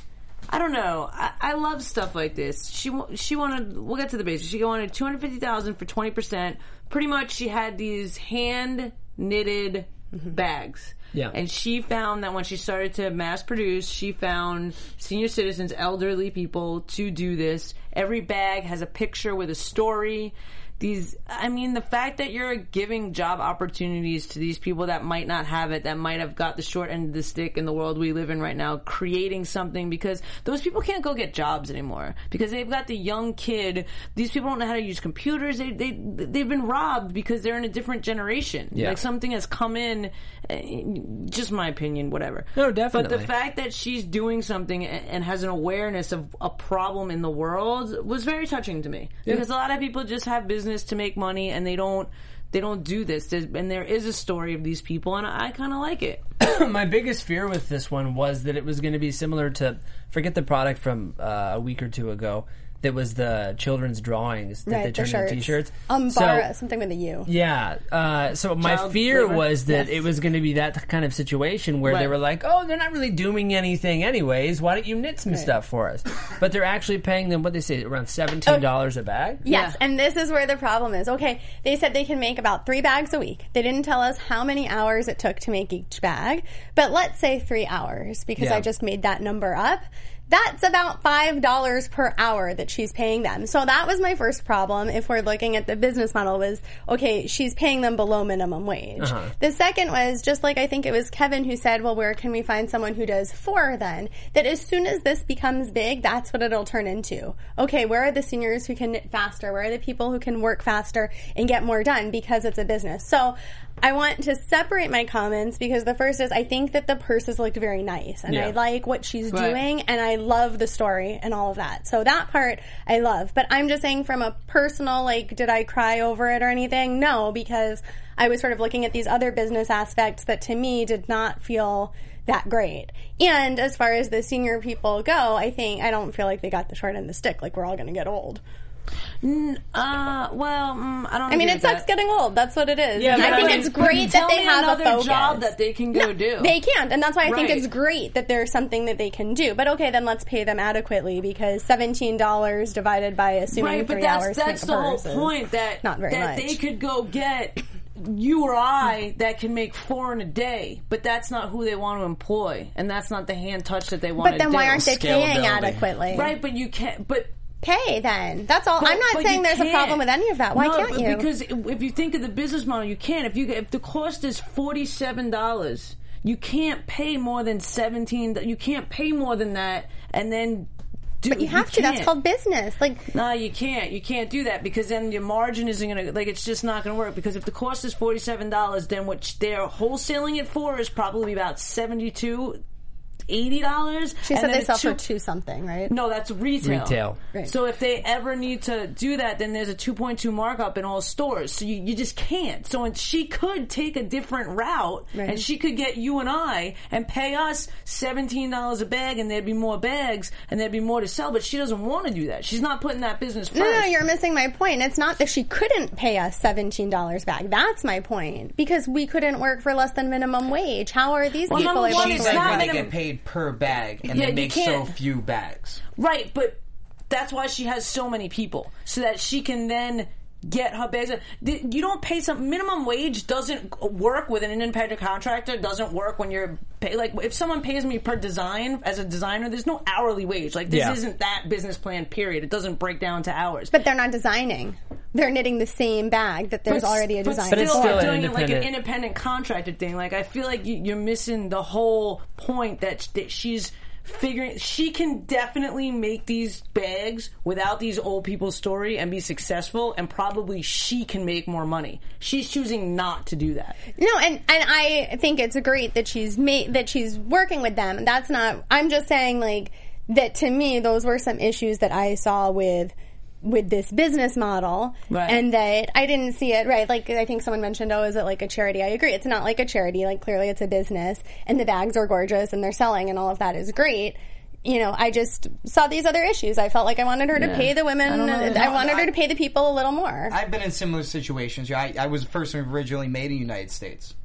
Speaker 2: I don't know. I, I love stuff like this. She wa- she wanted. We'll get to the basics. She wanted two hundred fifty thousand for twenty percent. Pretty much, she had these hand knitted bags.
Speaker 4: Mm-hmm. Yeah.
Speaker 2: And she found that when she started to mass produce, she found senior citizens, elderly people to do this. Every bag has a picture with a story. These, I mean, the fact that you're giving job opportunities to these people that might not have it, that might have got the short end of the stick in the world we live in right now, creating something because those people can't go get jobs anymore because they've got the young kid. These people don't know how to use computers. They, they, they've been robbed because they're in a different generation.
Speaker 4: Yeah.
Speaker 2: Like something has come in, uh, just my opinion, whatever.
Speaker 4: No,
Speaker 2: But the
Speaker 4: definitely.
Speaker 2: fact that she's doing something a- and has an awareness of a problem in the world was very touching to me because a lot of people just have business to make money and they don't they don't do this. There's, and there is a story of these people, and I kind of like it.
Speaker 4: my biggest fear with this one was that it was going to be similar to forget the product from uh, a week or two ago that was the children's drawings that they
Speaker 5: Right, the
Speaker 4: turned
Speaker 5: shirts.
Speaker 4: into t-shirts. So-
Speaker 5: Umbara, something with a U.
Speaker 4: yeah. Uh, so my
Speaker 2: Child
Speaker 4: fear
Speaker 2: labor?
Speaker 4: was that it was going to be that kind of situation where they
Speaker 2: Right.
Speaker 4: were like, "Oh, they're not really doing anything, anyways. Why don't you knit some stuff for us?" But they're actually paying them what they say around
Speaker 5: Oh,
Speaker 4: seventeen dollars a bag.
Speaker 5: Yes,
Speaker 2: Yeah.
Speaker 5: and this is where the problem is. Okay, they said they can make about three bags a week. They didn't tell us how many hours it took to make each bag, but let's say three hours because
Speaker 4: Yeah.
Speaker 5: I just made that number up. That's about $5 per hour that she's paying them. So that was my first problem if we're looking at the business model was, okay, she's paying them below minimum wage. The second was just like I think it was Kevin who said, well, where can we find someone who does four then? That as soon as this becomes big, that's what it'll turn into. Okay, where are the seniors who can knit faster? Where are the people who can work faster and get more done because it's a business? So I want to separate my comments because the first is I think that the purses looked very nice and I
Speaker 4: Yeah.
Speaker 5: like what she's
Speaker 2: Right.
Speaker 5: doing and I love the story and all of that. So that part I love. But I'm just saying from a personal, like, did I cry over it or anything? No, because I was sort of looking at these other business aspects that to me did not feel that great. And as far as the senior people go, I think I don't feel like they got the short end of the stick. Like, we're all going to get old.
Speaker 2: Uh, well, mm, I don't.
Speaker 5: I mean, it sucks getting old. That's what it is.
Speaker 4: Yeah,
Speaker 5: And
Speaker 4: but
Speaker 5: I think
Speaker 4: I mean,
Speaker 5: it's great that they have
Speaker 2: another
Speaker 5: a focus.
Speaker 2: job that they can go do.
Speaker 5: They can't, and that's why I think
Speaker 2: Right.
Speaker 5: it's great that there's something that they can do. But okay, then let's pay them adequately because seventeen dollars divided by assuming
Speaker 2: right,
Speaker 5: three
Speaker 2: but that's
Speaker 5: hours. to
Speaker 2: that's
Speaker 5: make a
Speaker 2: the whole
Speaker 5: purse is
Speaker 2: point that
Speaker 5: not very
Speaker 2: that
Speaker 5: much.
Speaker 2: they could go get you or I that can make four in a day, but that's not who they want to employ, and that's not the hand touch that they want.
Speaker 5: but then why aren't they paying
Speaker 3: Scalability.
Speaker 5: adequately?
Speaker 2: right? But you can't. But
Speaker 5: Pay then. That's all. I'm
Speaker 2: but
Speaker 5: not
Speaker 2: you
Speaker 5: saying there's a
Speaker 2: can't.
Speaker 5: problem with any of that. Why
Speaker 2: No,
Speaker 5: can't
Speaker 2: but
Speaker 5: you?
Speaker 2: Because if you think of the business model, you can. If you if the cost is forty seven dollars, you can't pay more than seventeen. You can't pay more than that, and then. Do,
Speaker 5: but you have to. That's
Speaker 2: can't.
Speaker 5: called business. Like
Speaker 2: No, you can't. You can't do that because then your margin isn't going to like it's just not going to work because if the cost is $47, then what they're wholesaling it for is probably about 72 80 dollars.
Speaker 5: she said, they sell for two something, right?
Speaker 2: No, that's retail.
Speaker 4: Retail.
Speaker 5: Right.
Speaker 2: So if they ever need to do that, then there's a 2.2 markup in all stores. So you, you just can't. So and she could take a different route,
Speaker 5: Right.
Speaker 2: and she could get you and I and pay us seventeen dollars a bag, and there'd be more bags, and there'd be more to sell. But she doesn't want to do that. She's not putting that business first.
Speaker 5: No, no, you're missing my point. It's not that she couldn't pay us seventeen dollars back. That's my point because we couldn't work for less than minimum wage. How are these people
Speaker 2: number
Speaker 5: able
Speaker 2: one,
Speaker 5: to
Speaker 2: it's
Speaker 5: work?
Speaker 2: not
Speaker 3: when they get
Speaker 2: minimum-
Speaker 3: paid per bag, and
Speaker 2: Yeah,
Speaker 3: they
Speaker 2: you
Speaker 3: make so
Speaker 2: can't-
Speaker 3: few bags.
Speaker 2: Right, but that's why she has so many people, so that she can then get her bags. Th- You don't pay some minimum wage doesn't work with an independent contractor. Doesn't work when you're pay, like if someone pays me per design as a designer, there's no hourly wage. Like this
Speaker 4: Yeah.
Speaker 2: isn't that business plan. Period. It doesn't break down to hours.
Speaker 5: But they're not designing. They're knitting the same bag that there's
Speaker 2: But-
Speaker 5: already a
Speaker 2: but
Speaker 5: design
Speaker 4: But it's
Speaker 2: still,
Speaker 4: still
Speaker 5: for.
Speaker 4: an
Speaker 2: doing it like an
Speaker 4: independent-
Speaker 2: independent contractor thing. Like I feel like you, you're missing the whole point that, sh- that she's figuring. She can definitely make these bags without these old people's story and be successful, and probably she can make more money. She's choosing not to do that.
Speaker 5: No, and and I think it's great that she's ma- that she's working with them. That's not. I'm just saying like that to me. Those were some issues that I saw with with this business model
Speaker 2: Right.
Speaker 5: and that I didn't see it right. Like I think someone mentioned, oh, is it like a charity? I agree. It's not like a charity. Like clearly it's a business and the bags are gorgeous and they're selling and all of that is great. You know, I just saw these other issues. I felt like I wanted her to
Speaker 2: Yeah.
Speaker 5: pay the women.
Speaker 2: I don't know.
Speaker 5: I, wanted
Speaker 3: I-
Speaker 5: her to pay the people a little more.
Speaker 3: I've been in similar situations. You know, I, I was a person who originally made in the United States,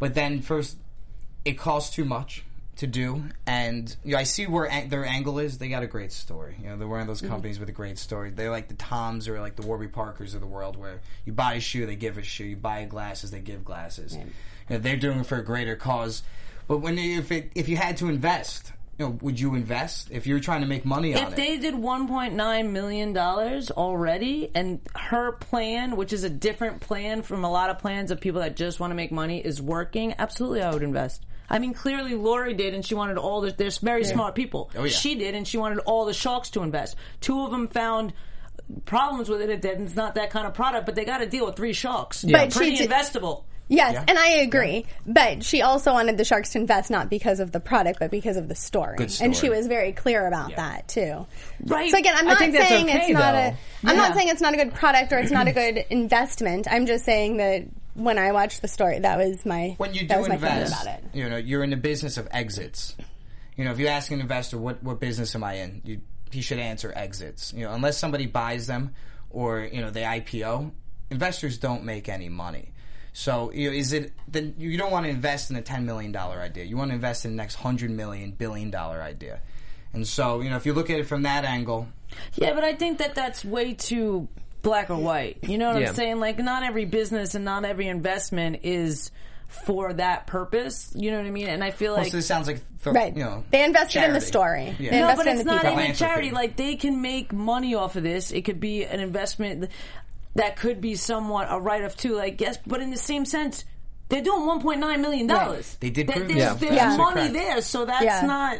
Speaker 3: but then first it costs too much to do, and you know, I see where an- their angle is. They got a great story. You know, they're one of those
Speaker 2: Mm-hmm.
Speaker 3: companies with a great story. They're like the Toms or like the Warby Parkers of the world, where you buy a shoe, they give a shoe. You buy glasses, they give glasses. You know, they're doing it for a greater cause. But when if it, if you had to invest, you know, would you invest if you were trying to make money on
Speaker 2: If
Speaker 3: it?
Speaker 2: they did 1.9 million dollars already, and her plan, which is a different plan from a lot of plans of people that just want to make money, is working, absolutely, I would invest. I mean, clearly Lori did, and she wanted all the. There's very smart people.
Speaker 5: Oh,
Speaker 3: yeah.
Speaker 2: She did, and she wanted all the sharks to invest. Two of them found problems with it. It didn't. It's not that kind of product, but they got to deal with three sharks.
Speaker 5: But she
Speaker 2: pretty
Speaker 5: did-
Speaker 2: investable.
Speaker 5: Yes, and I agree. But she also wanted the Sharks to invest not because of the product, but because of the story.
Speaker 3: Good
Speaker 5: And
Speaker 3: story.
Speaker 5: she was very clear about that too.
Speaker 2: Right.
Speaker 5: So again, I'm
Speaker 4: I
Speaker 5: not
Speaker 4: think that's
Speaker 5: saying
Speaker 4: okay,
Speaker 5: it's not a.
Speaker 4: though.
Speaker 5: I'm
Speaker 2: Yeah.
Speaker 5: not saying it's not a good product or it's not a good investment. I'm just saying that when I watched the story, that was my
Speaker 3: when you
Speaker 5: that
Speaker 3: do
Speaker 5: was my feeling
Speaker 3: invest,
Speaker 5: about it.
Speaker 3: you know, you're in the business of exits. You know, if you ask an investor, what, what business am I in? You, he should answer exits. You know, unless somebody buys them or, you know, they IPO, investors don't make any money. So, you know, is it, then you don't want to invest in a $10 million idea. You want to invest in the next $100 million, billion dollar idea. And so, you know, if you look at it from that angle,
Speaker 2: Yeah, but I think that that's way too black or white. You know what
Speaker 4: Yeah.
Speaker 2: I'm saying? Like, not every business and not every investment is for that purpose. You know what I mean? And I feel like.
Speaker 3: most of this sounds like, th-
Speaker 5: Right.
Speaker 3: you know,
Speaker 5: They invested in the
Speaker 3: charity.
Speaker 5: story.
Speaker 3: Yeah.
Speaker 5: They
Speaker 3: No,
Speaker 2: no,
Speaker 5: invested
Speaker 2: but
Speaker 5: in
Speaker 2: it's
Speaker 5: the
Speaker 2: not
Speaker 5: people.
Speaker 2: even
Speaker 3: Philanthropy.
Speaker 2: charity. Like they can make money off of this. It could be an investment that could be somewhat a write-off too. Like yes, but in the same sense, they're doing 1.9 million dollars.
Speaker 3: They did prove
Speaker 2: there's,
Speaker 3: that.
Speaker 2: there's
Speaker 5: Yeah.
Speaker 2: money
Speaker 3: Correct.
Speaker 2: there, so that's
Speaker 5: Yeah.
Speaker 2: not.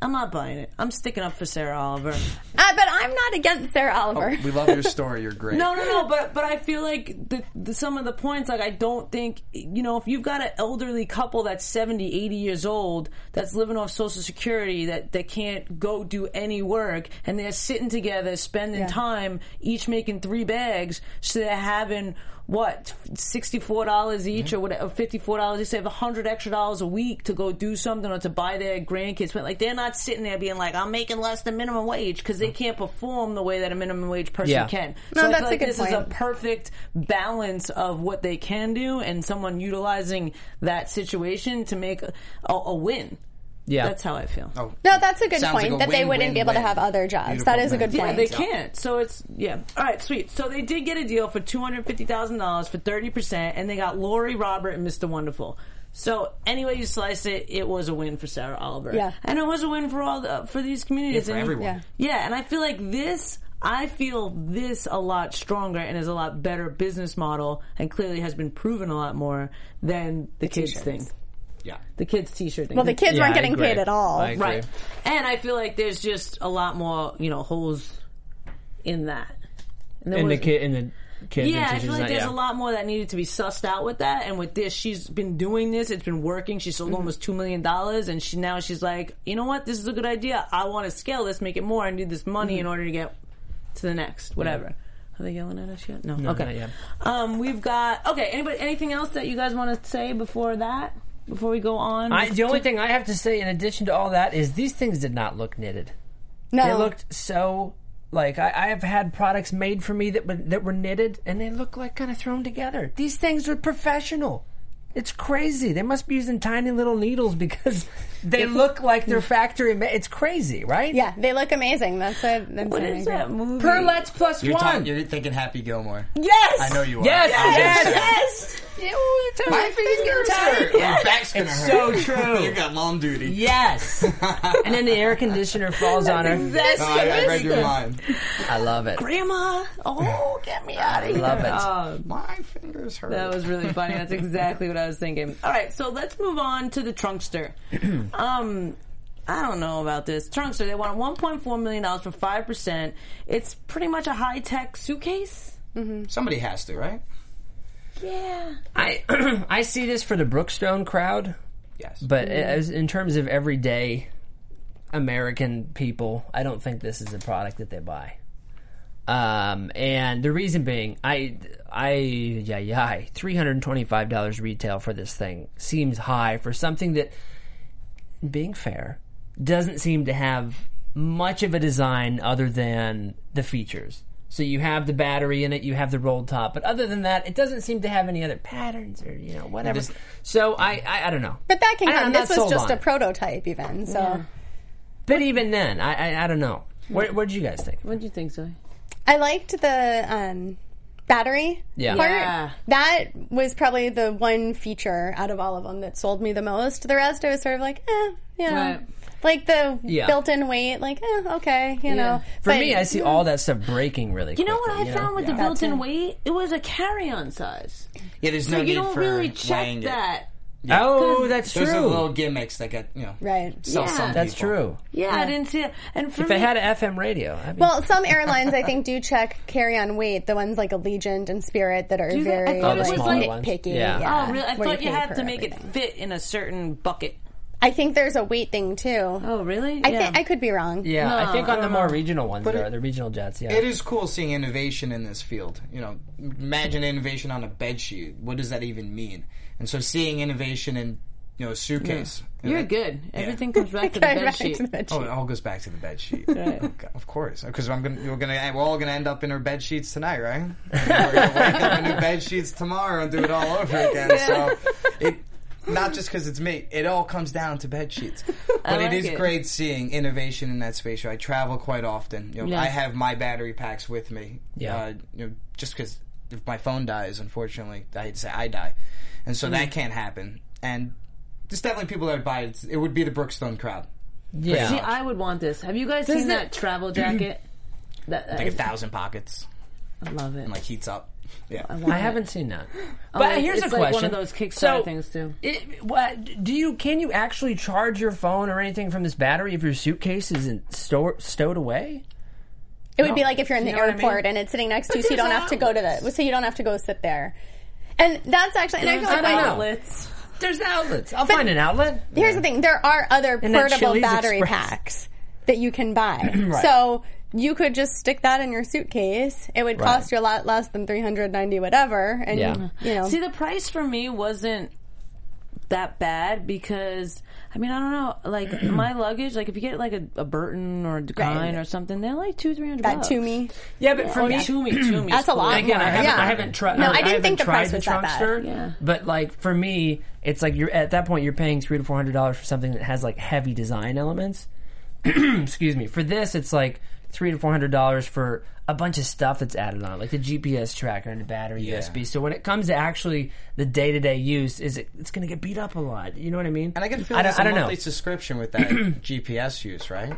Speaker 2: I'm not buying it. I'm sticking up for Sarah Oliver.
Speaker 5: Ah, but I'm not against Sarah Oliver.
Speaker 3: Oh, We love your story. You're great.
Speaker 2: No, no, no. But but I feel like the, the some of the points, like I don't think you know, if you've got an elderly couple that's 70, 80 years old that's living off Social Security that that can't go do any work, and they're sitting together, spending
Speaker 5: Yeah.
Speaker 2: time, each making three bags, so they're having what sixty four dollars each or whatever fifty four dollars. They save hundred extra dollars a week to go do something or to buy their grandkids. But like they're not sitting there being like, I'm making less than minimum wage because they can't perform the way that a minimum wage person
Speaker 4: Yeah.
Speaker 2: can.
Speaker 5: No,
Speaker 2: So I
Speaker 5: that's
Speaker 2: feel
Speaker 5: a
Speaker 2: like
Speaker 5: good
Speaker 2: this is
Speaker 5: point.
Speaker 2: a perfect balance of what they can do and someone utilizing that situation to make a, a, a win.
Speaker 4: Yeah.
Speaker 2: That's how I feel.
Speaker 3: Oh,
Speaker 5: no, that's a good
Speaker 3: sounds like
Speaker 5: point
Speaker 3: a
Speaker 5: that they
Speaker 3: win,
Speaker 5: wouldn't be able to
Speaker 3: win,
Speaker 5: have
Speaker 3: win.
Speaker 5: other jobs.
Speaker 3: Beautiful
Speaker 5: That is a good
Speaker 3: thing.
Speaker 5: point.
Speaker 2: Yeah, they can't. So it's yeah. All right, sweet. So they did get a deal for two hundred fifty thousand dollars for thirty percent, and they got Lori Robert and Mr. Wonderful. So any way you slice it, it was a win for Sarah Oliver.
Speaker 5: Yeah.
Speaker 2: and it was a win for all the, for these communities
Speaker 3: Yeah, for
Speaker 2: and
Speaker 3: everyone. Yeah.
Speaker 2: Yeah, and I feel like this. I feel this a lot stronger and is a lot better business model, and clearly has been proven a lot more than the, kids
Speaker 5: t-shirts.
Speaker 2: thing,
Speaker 3: yeah.
Speaker 2: the kids T-shirt thing.
Speaker 5: Well, the kids
Speaker 4: Yeah,
Speaker 5: weren't
Speaker 4: I
Speaker 5: getting
Speaker 4: agree.
Speaker 5: paid at all.
Speaker 4: I agree.
Speaker 2: right? And I feel like there's just a lot more, you know, holes in that. And there
Speaker 4: And the
Speaker 2: was-
Speaker 4: kid and the kids.
Speaker 2: yeah,
Speaker 4: and
Speaker 2: I
Speaker 4: teachers
Speaker 2: feel
Speaker 4: and
Speaker 2: like
Speaker 4: that,
Speaker 2: there's a
Speaker 4: yeah.
Speaker 2: lot more that needed to be sussed out with that. And with this, she's been doing this. It's been working. She
Speaker 4: Mm-hmm.
Speaker 2: sold almost two million dollars, and she now she's like, you know what? This is a good idea. I want to scale this, make it more. I need this money
Speaker 4: Mm-hmm.
Speaker 2: in order to get to the next whatever. Are they yelling at us yet? No. okay.
Speaker 4: not yet.
Speaker 2: Um, we've got okay. Anybody? Anything else that you guys want to say before that? Before we go on,
Speaker 4: I, the only thing I have to say, in addition to all that, is these things did not look knitted.
Speaker 5: No,
Speaker 4: They looked so like I, I have had products made for me that were, that were knitted, and they look like kind of thrown together. These things are professional. It's crazy. They must be using tiny little needles because they look like they're factory made. It's crazy, right?
Speaker 5: yeah, they look amazing. That's what I'm
Speaker 2: what
Speaker 5: saying.
Speaker 2: is that movie?
Speaker 4: Perlettes plus
Speaker 3: You're,
Speaker 4: one.
Speaker 3: talking, you're thinking Happy Gilmore.
Speaker 4: yes.
Speaker 3: I know you are.
Speaker 4: Yes.
Speaker 3: I was gonna
Speaker 4: Yes.
Speaker 3: say.
Speaker 4: Yes. Yeah, well, it's-
Speaker 3: My fingers hurt. My back's gonna
Speaker 4: It's so
Speaker 3: hurt.
Speaker 4: true.
Speaker 3: you got mom duty.
Speaker 4: Yes. and then the air conditioner falls on her.
Speaker 3: No, Oh, I, I read your mind.
Speaker 4: I love it.
Speaker 2: Grandma, oh, get me out of here.
Speaker 4: Love it.
Speaker 3: My fingers hurt.
Speaker 2: That was really funny. That's exactly what I was thinking. All right, so let's move on to the Trunkster. um, I don't know about this Trunkster. They want 1.4 million dollars for five percent. It's pretty much a high tech suitcase.
Speaker 3: Somebody has to, right?
Speaker 2: Yeah.
Speaker 4: I I see this for the Brookstone crowd,
Speaker 3: Yes.
Speaker 4: but as in terms of everyday American people, I don't think this is a product that they buy. Um, and the reason being, I, I, yeah, yeah, three hundred and twenty-five dollars retail for this thing seems high for something that, being fair, doesn't seem to have much of a design other than the features. So you have the battery in it, you have the rolled top, but other than that, it doesn't seem to have any other patterns or you know whatever. so I, I, I don't know.
Speaker 5: But that can
Speaker 4: I- I'm
Speaker 5: come.
Speaker 4: not
Speaker 5: This was
Speaker 4: sold
Speaker 5: just
Speaker 4: on
Speaker 5: a
Speaker 4: it.
Speaker 5: prototype, even. So
Speaker 4: But even then, I, I, I don't know. What, what did you guys think?
Speaker 2: What do you think, Zoe?
Speaker 5: I liked the um, battery
Speaker 4: Yeah.
Speaker 5: part.
Speaker 2: Yeah.
Speaker 5: That was probably the one feature out of all of them that sold me the most. The rest, I was sort of like, eh, you know.
Speaker 2: Right.
Speaker 5: Like the
Speaker 4: Yeah.
Speaker 5: built-in weight, like eh, okay, you know.
Speaker 4: For
Speaker 5: But-
Speaker 4: me, I see all that stuff breaking really.
Speaker 2: You know what I found with the
Speaker 5: Yeah.
Speaker 2: built-in
Speaker 5: That's it.
Speaker 2: weight? It was a carry-on size.
Speaker 3: Yeah, there's
Speaker 2: So
Speaker 3: no
Speaker 2: you
Speaker 3: need
Speaker 2: don't
Speaker 3: for
Speaker 2: really
Speaker 3: weighing
Speaker 2: check
Speaker 3: it.
Speaker 2: that.
Speaker 4: Oh,
Speaker 2: 'Cause
Speaker 4: that's
Speaker 3: Those are little
Speaker 4: true.
Speaker 3: gimmicks that get you know.
Speaker 5: right.
Speaker 3: Sell
Speaker 2: Yeah.
Speaker 3: some
Speaker 4: That's
Speaker 3: people.
Speaker 4: true.
Speaker 2: Yeah, I didn't see it. And for
Speaker 4: If
Speaker 2: me, oh,
Speaker 4: they had an FM radio, I'd be,
Speaker 5: Well, some airlines I think do check carry-on weight. The ones like Allegiant and Spirit that are
Speaker 2: they? I
Speaker 5: very
Speaker 2: thought it
Speaker 5: like,
Speaker 2: was like-
Speaker 5: nitpicky.
Speaker 4: Yeah.
Speaker 2: oh, really? I
Speaker 5: where
Speaker 2: thought you
Speaker 5: pay
Speaker 2: had
Speaker 5: for
Speaker 2: to make
Speaker 5: everything.
Speaker 2: it fit in a certain bucket.
Speaker 5: I think there's a weight thing too.
Speaker 2: Oh, really?
Speaker 5: I think I could be wrong.
Speaker 4: yeah, I think
Speaker 2: I
Speaker 4: on the
Speaker 2: don't
Speaker 4: more
Speaker 2: know.
Speaker 4: regional ones, there are the regional jets. Yeah,
Speaker 3: It is cool seeing innovation in this field. You know, imagine innovation on a bed sheet. What does that even mean? And so seeing innovation in you know a suitcase. Uh, you know,
Speaker 2: You're
Speaker 3: that-
Speaker 2: good. Everything comes back to the bed
Speaker 5: Right,
Speaker 2: sheet.
Speaker 5: to the bed
Speaker 3: Oh, it
Speaker 5: sheet.
Speaker 3: all goes back to the bed sheet. Okay, Of course, because I'm gonna, we're gonna, we're all gonna end up in our bed sheets tonight, right? we're gonna wake up in new bed sheets tomorrow and do it all over again. So, it, not just because it's me, it all comes down to bed sheets. But it
Speaker 2: like
Speaker 3: is
Speaker 2: it.
Speaker 3: great seeing innovation in that space. I travel quite often. You know,
Speaker 2: Yeah.
Speaker 3: I have my battery packs with me.
Speaker 4: Yeah.
Speaker 3: uh, you know, just because if my phone dies, unfortunately, I'd say I die, and so that can't happen. And there's definitely people that would buy it. It would be the Brookstone crowd.
Speaker 4: yeah.
Speaker 2: See, I would want this. Have you guys seen
Speaker 4: it-
Speaker 2: that travel jacket? that, that
Speaker 3: like a
Speaker 2: is-
Speaker 3: thousand pockets
Speaker 2: I love it.
Speaker 3: and like heats up. Yeah.
Speaker 4: I haven't seen that. But
Speaker 2: it's-
Speaker 4: here's
Speaker 2: Oh, it's
Speaker 4: a
Speaker 2: like
Speaker 4: question:
Speaker 2: one of those Kickstarter
Speaker 4: So,
Speaker 2: things, too.
Speaker 4: It, what do you? Can you actually charge your phone or anything from this battery if your suitcase isn't store, stowed away?
Speaker 5: It would be like if you're in the
Speaker 4: know what I
Speaker 5: airport
Speaker 4: mean?
Speaker 5: and it's sitting next to you, so you don't have to go to the, so you don't have to go sit there. And that's actually, and I feel like
Speaker 4: I don't know.
Speaker 2: Outlets.
Speaker 4: There's outlets. I'll find an outlet.
Speaker 5: here's the thing: there are other
Speaker 4: And that
Speaker 5: portable
Speaker 4: Chili's
Speaker 5: battery
Speaker 4: Express.
Speaker 5: packs that you can buy. So you could just stick that in your suitcase. It would cost you a lot less than three hundred ninety whatever, and
Speaker 4: Yeah.
Speaker 5: you know.
Speaker 2: See, the price for me wasn't that bad because I mean I don't know like my luggage like if you get like a, a Burton or a Decline
Speaker 5: Right.
Speaker 2: or something they're like two three hundred
Speaker 5: that
Speaker 2: bucks.
Speaker 5: to me,
Speaker 4: Yeah, but for
Speaker 2: Oh,
Speaker 4: me,
Speaker 2: to me, to me.
Speaker 5: that's a lot.
Speaker 4: again, I
Speaker 5: more.
Speaker 4: haven't,
Speaker 5: yeah.
Speaker 4: I haven't tried.
Speaker 5: No, I didn't think the price was that bad.
Speaker 4: Trumpster,
Speaker 2: Yeah.
Speaker 4: But like for me, it's like you're at that point you're paying three to four hundred dollars for something that has like heavy design elements. Excuse me. For this, it's like three to four hundred dollars for a bunch of stuff that's added on, like the GPS tracker and the battery USB. So when it comes to actually the day to day use, is it, it's going to get beat up a lot? You know what I mean?
Speaker 3: And I can feel
Speaker 4: I
Speaker 3: I
Speaker 4: don't-
Speaker 3: it's a
Speaker 4: I don't know.
Speaker 3: monthly subscription with that GPS use, right?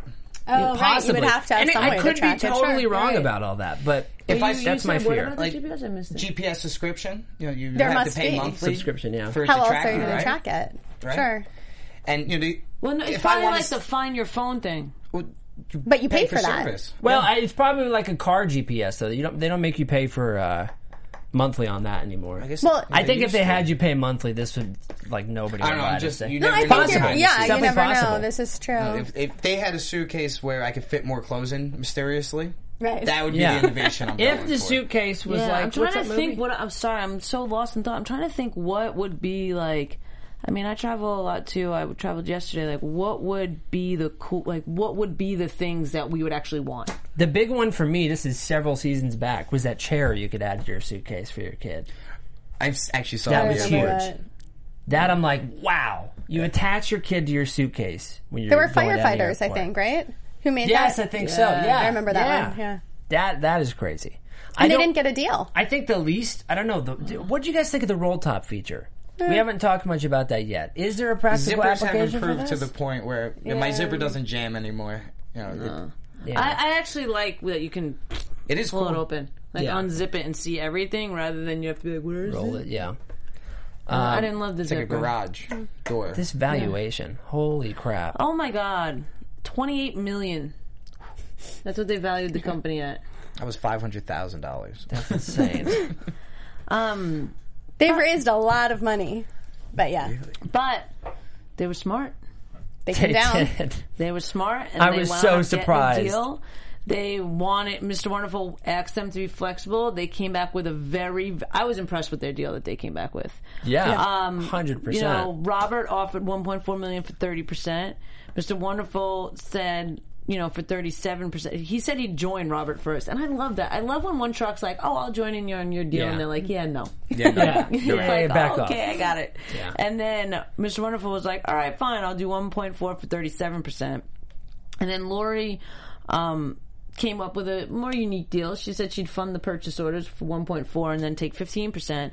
Speaker 5: Oh, right. You
Speaker 4: Possibly.
Speaker 5: would have to have
Speaker 4: and it-
Speaker 5: some
Speaker 4: I
Speaker 5: way
Speaker 4: could
Speaker 5: to track
Speaker 4: be
Speaker 5: it.
Speaker 4: totally
Speaker 5: Sure,
Speaker 4: wrong
Speaker 5: right.
Speaker 4: about all that, but
Speaker 3: If I-
Speaker 4: if that's my
Speaker 2: What
Speaker 4: fear.
Speaker 2: about the
Speaker 3: Like,
Speaker 2: GPS? I missed it.
Speaker 3: GPS subscription, you know, you
Speaker 5: There
Speaker 3: have
Speaker 5: must
Speaker 3: to pay
Speaker 5: be.
Speaker 3: monthly
Speaker 4: Subscription, yeah.
Speaker 3: for it
Speaker 5: How
Speaker 3: to
Speaker 5: else
Speaker 3: track
Speaker 5: are you
Speaker 3: you,
Speaker 5: going to
Speaker 3: right?
Speaker 5: track it?
Speaker 3: Right.
Speaker 5: Sure,
Speaker 3: And you know, the-
Speaker 2: Well, no, it's
Speaker 3: if I
Speaker 2: probably
Speaker 3: want
Speaker 2: like
Speaker 3: to
Speaker 2: the find your phone thing.
Speaker 5: but you pay,
Speaker 3: for,
Speaker 5: for, that.
Speaker 3: service,
Speaker 4: Well, I, it's probably like a car GPS though. You don't they don't make you pay for uh, monthly on that anymore. I,
Speaker 3: guess-
Speaker 5: Well,
Speaker 3: I
Speaker 4: think if
Speaker 3: used
Speaker 4: they
Speaker 3: to.
Speaker 4: had you pay monthly, this would like nobody.
Speaker 3: I don't know,
Speaker 4: would buy
Speaker 3: I'm
Speaker 4: this
Speaker 3: just
Speaker 4: thing.
Speaker 3: you
Speaker 5: No,
Speaker 3: never
Speaker 5: I
Speaker 3: know.
Speaker 5: think you're,
Speaker 4: Possible.
Speaker 5: yeah,
Speaker 4: It's
Speaker 5: you
Speaker 4: definitely
Speaker 5: never
Speaker 4: possible.
Speaker 5: know. This is true.
Speaker 3: If, if they had a suitcase where I could fit more clothes in mysteriously,
Speaker 5: Right.
Speaker 3: that would be
Speaker 4: Yeah.
Speaker 3: the innovation. I'm
Speaker 4: If
Speaker 3: going
Speaker 4: the
Speaker 3: for.
Speaker 4: suitcase was
Speaker 2: Yeah,
Speaker 4: like,
Speaker 2: I'm trying
Speaker 4: what's
Speaker 2: to
Speaker 4: that movie?
Speaker 2: think. What I'm sorry, I'm so lost in thought. I'm trying to think what would be like. I mean, I travel a lot too. I traveled yesterday. Like, what would be the cool? Like, what would be the things that we would actually want?
Speaker 4: the big one for me, this is several seasons back, was that chair you could add to your suitcase for your kid.
Speaker 3: I s- actually saw
Speaker 4: That
Speaker 3: it
Speaker 4: was
Speaker 3: the
Speaker 4: huge.
Speaker 3: other day.
Speaker 4: That I'm like, wow. You attach your kid to your suitcase when you're.
Speaker 5: There were
Speaker 4: going down the
Speaker 5: firefighters, I
Speaker 4: airport.
Speaker 5: think, right? Who made
Speaker 4: Yes,
Speaker 5: that?
Speaker 4: I think so. Yeah,
Speaker 5: I remember that one. Yeah.
Speaker 4: That that is crazy. I
Speaker 5: And they
Speaker 4: don't-
Speaker 5: didn't get a deal.
Speaker 4: I think the least. I don't know. The, what do you guys think of the roll top feature? We haven't talked much about that yet. Is there a practical
Speaker 3: Zippers have
Speaker 4: application
Speaker 3: improved
Speaker 4: for
Speaker 3: to
Speaker 4: this?
Speaker 3: the point where you know, my zipper doesn't jam anymore. You know,
Speaker 4: Yeah.
Speaker 2: I, I actually like that you can
Speaker 3: it, it is
Speaker 2: pull
Speaker 3: cool.
Speaker 2: it open, like
Speaker 4: Yeah.
Speaker 2: unzip it and see everything, rather than you have to be like, "Where is
Speaker 4: Roll
Speaker 2: it?"
Speaker 4: it, yeah.
Speaker 2: I didn't love the
Speaker 3: It's like a
Speaker 2: zipper.
Speaker 3: garage door.
Speaker 4: This valuation, holy crap!
Speaker 2: Oh my god, twenty-eight million. That's what they valued the company at.
Speaker 3: That was five hundred thousand dollars.
Speaker 4: That's insane.
Speaker 2: Um,
Speaker 5: They've raised a lot of money. But yeah,
Speaker 2: but they were smart.
Speaker 5: they came down.
Speaker 4: It did.
Speaker 2: They were smart. And
Speaker 4: I
Speaker 2: they
Speaker 4: was
Speaker 2: wound
Speaker 4: so
Speaker 2: up getting a
Speaker 4: surprised.
Speaker 2: Deal. They wanted Mr. Wonderful asked them to be flexible. They came back with a very. I was impressed with their deal that they came back with. Um,
Speaker 4: Yeah,
Speaker 3: Um,
Speaker 4: hundred
Speaker 2: You know,
Speaker 4: percent.
Speaker 2: Robert offered 1.4 million for 30 percent. Mr. Wonderful said, you know, for 37 percent. He said he'd join Robert first, and I love that. I love when one truck's like, "Oh, I'll join in your on your deal,"
Speaker 4: Yeah.
Speaker 2: and they're like, "Yeah, no."
Speaker 4: Yeah,
Speaker 2: He's
Speaker 4: Hey,
Speaker 2: like,
Speaker 4: back
Speaker 2: "Oh,
Speaker 4: off.
Speaker 2: okay, I got it. And then Mr. Wonderful was like, all right, fine, I'll do 1.4 for 37%. And then Lori um, came up with a more unique deal. She said she'd fund the purchase orders for 1.4 and then take 15%.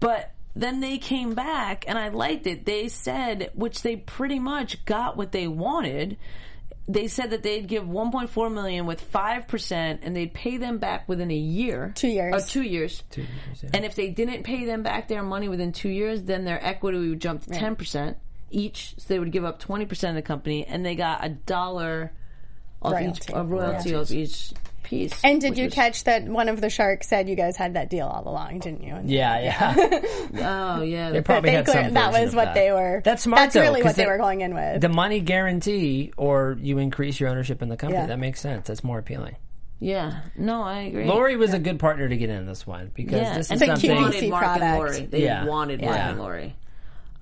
Speaker 2: But then they came back, and I liked it. They said, which they pretty much got what they wanted. They said that they'd give 1.4 million with 5% and they'd pay them back within a year.
Speaker 5: Two years.
Speaker 2: Or two years. Two years, And if they didn't pay them back their money within two years, then their equity would jump to 10% each. So they would give up 20% of the company and they got a dollar of each,
Speaker 5: Royalty.
Speaker 2: a royalty of each piece.
Speaker 5: And did
Speaker 2: which
Speaker 5: you
Speaker 2: was-
Speaker 5: catch that one of the sharks said you guys had that deal all along, didn't you? And
Speaker 4: yeah, yeah.
Speaker 2: Oh, yeah.
Speaker 4: They probably
Speaker 5: they
Speaker 4: had some
Speaker 5: clear- that
Speaker 4: version
Speaker 5: was
Speaker 4: of
Speaker 5: what
Speaker 4: that.
Speaker 5: they were.
Speaker 4: That's smart.
Speaker 5: That's
Speaker 4: though,
Speaker 5: really
Speaker 4: 'cause
Speaker 5: what they were going in with.
Speaker 4: The money guarantee, or you increase your ownership in the company.
Speaker 5: Yeah.
Speaker 4: That makes sense. That's more appealing.
Speaker 2: yeah. No, I agree.
Speaker 4: Lori was a good partner to get in this one because
Speaker 2: yeah.
Speaker 4: this
Speaker 2: and
Speaker 4: is
Speaker 2: they
Speaker 4: something.
Speaker 2: wanted Mark and
Speaker 5: product.
Speaker 2: Lori. They
Speaker 4: Yeah.
Speaker 2: wanted Mark
Speaker 4: Yeah.
Speaker 2: and Lori.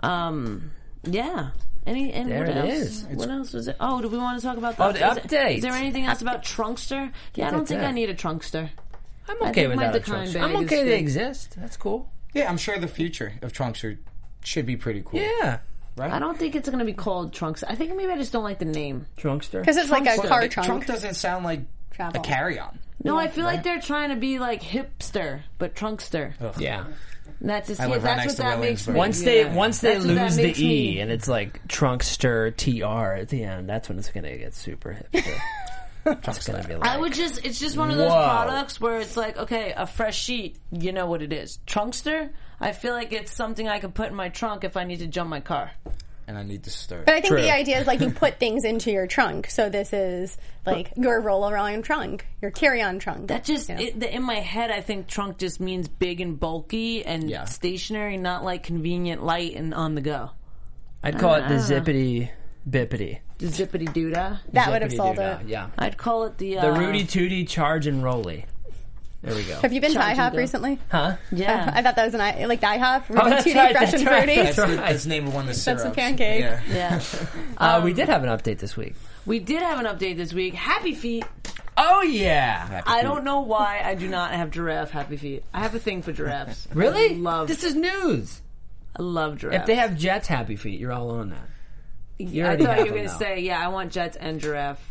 Speaker 2: Um, yeah. Any, and
Speaker 4: There
Speaker 2: what
Speaker 4: it
Speaker 2: else?
Speaker 4: is.
Speaker 2: What else was it? Oh, do we want to talk about the
Speaker 4: Oh, the
Speaker 2: update? Is it-
Speaker 4: update.
Speaker 2: Is there anything else about Trunkster? Yeah, I don't think
Speaker 4: it.
Speaker 2: I need a Trunkster.
Speaker 4: I'm
Speaker 2: I
Speaker 4: okay
Speaker 2: think
Speaker 4: with
Speaker 2: my
Speaker 4: that.
Speaker 2: decline
Speaker 4: approach.
Speaker 2: bag
Speaker 4: I'm
Speaker 2: is
Speaker 4: okay
Speaker 2: good.
Speaker 4: they exist. That's cool.
Speaker 3: Yeah, I'm sure the future of Trunkster should be pretty cool.
Speaker 4: Yeah,
Speaker 3: right?
Speaker 2: I don't think it's going to be called Trunkster. I think maybe I just don't like the name.
Speaker 4: Trunkster.
Speaker 5: Because it's like a
Speaker 3: But
Speaker 5: car
Speaker 3: it-
Speaker 5: trunk.
Speaker 3: Trunk doesn't sound like
Speaker 5: Travel.
Speaker 3: a carry-on.
Speaker 2: No, I feel like they're trying to be like hipster, but Trunkster.
Speaker 4: Yeah.
Speaker 2: And That's just,
Speaker 3: I live right next
Speaker 2: that's what
Speaker 3: to
Speaker 2: that makes
Speaker 3: Williamsburg.
Speaker 2: me.
Speaker 4: Once they
Speaker 2: yeah.
Speaker 4: once they
Speaker 2: That's what that
Speaker 4: lose the
Speaker 2: makes
Speaker 4: e
Speaker 2: me.
Speaker 4: and it's like Trunkster tr at the end, that's when it's gonna get super hipster. it's gonna be like
Speaker 2: I would just, it's just one of those
Speaker 4: Whoa.
Speaker 2: products where it's like, okay, a fresh sheet, you know what it is. Trunkster, I feel like it's something I could put in my trunk if I need to jump my car.
Speaker 3: And I need to stir.
Speaker 5: But I think
Speaker 4: True.
Speaker 5: the idea is like you put things into your trunk. So this is like your roll around trunk, your carry on trunk.
Speaker 2: That just,
Speaker 5: Yeah.
Speaker 2: it, the, in my head, I think trunk just means big and bulky and
Speaker 3: Yeah.
Speaker 2: stationary, not like convenient, light, and on the go.
Speaker 4: I'd call it the zippity bippity.
Speaker 2: The zippity doodah.
Speaker 5: that would have
Speaker 4: Zippity
Speaker 5: sold
Speaker 4: doodah,
Speaker 5: it.
Speaker 4: Yeah.
Speaker 2: I'd call it the, uh,
Speaker 4: The Rudy Tooty charge and rolly. There we go.
Speaker 5: Have you been to
Speaker 2: Charging
Speaker 5: IHOP
Speaker 2: bill.
Speaker 5: recently? Uh,
Speaker 4: Huh?
Speaker 2: Yeah.
Speaker 5: I thought that was an I like the IHOP.
Speaker 4: Oh, that's
Speaker 5: Tutti,
Speaker 4: right,
Speaker 5: fresh
Speaker 4: that's
Speaker 5: and
Speaker 4: right,
Speaker 5: fruity.
Speaker 3: That's,
Speaker 4: that's
Speaker 3: the,
Speaker 4: right.
Speaker 3: that's the name of one of the
Speaker 5: That's
Speaker 3: syrups.
Speaker 5: a pancake.
Speaker 3: Yeah.
Speaker 2: yeah.
Speaker 4: Uh, we did have an update this week.
Speaker 2: We did have an update this week. Happy feet.
Speaker 4: Oh yeah.
Speaker 2: I don't know why I do not have giraffe happy feet. I have a thing for giraffes.
Speaker 4: Really?
Speaker 2: I love
Speaker 4: This is news.
Speaker 2: I love giraffes.
Speaker 4: If they have Jets happy feet, you're all on that. You
Speaker 2: I
Speaker 4: already
Speaker 2: thought
Speaker 4: have
Speaker 2: you were
Speaker 4: them,
Speaker 2: gonna
Speaker 4: though.
Speaker 2: say, yeah, I want Jets and giraffe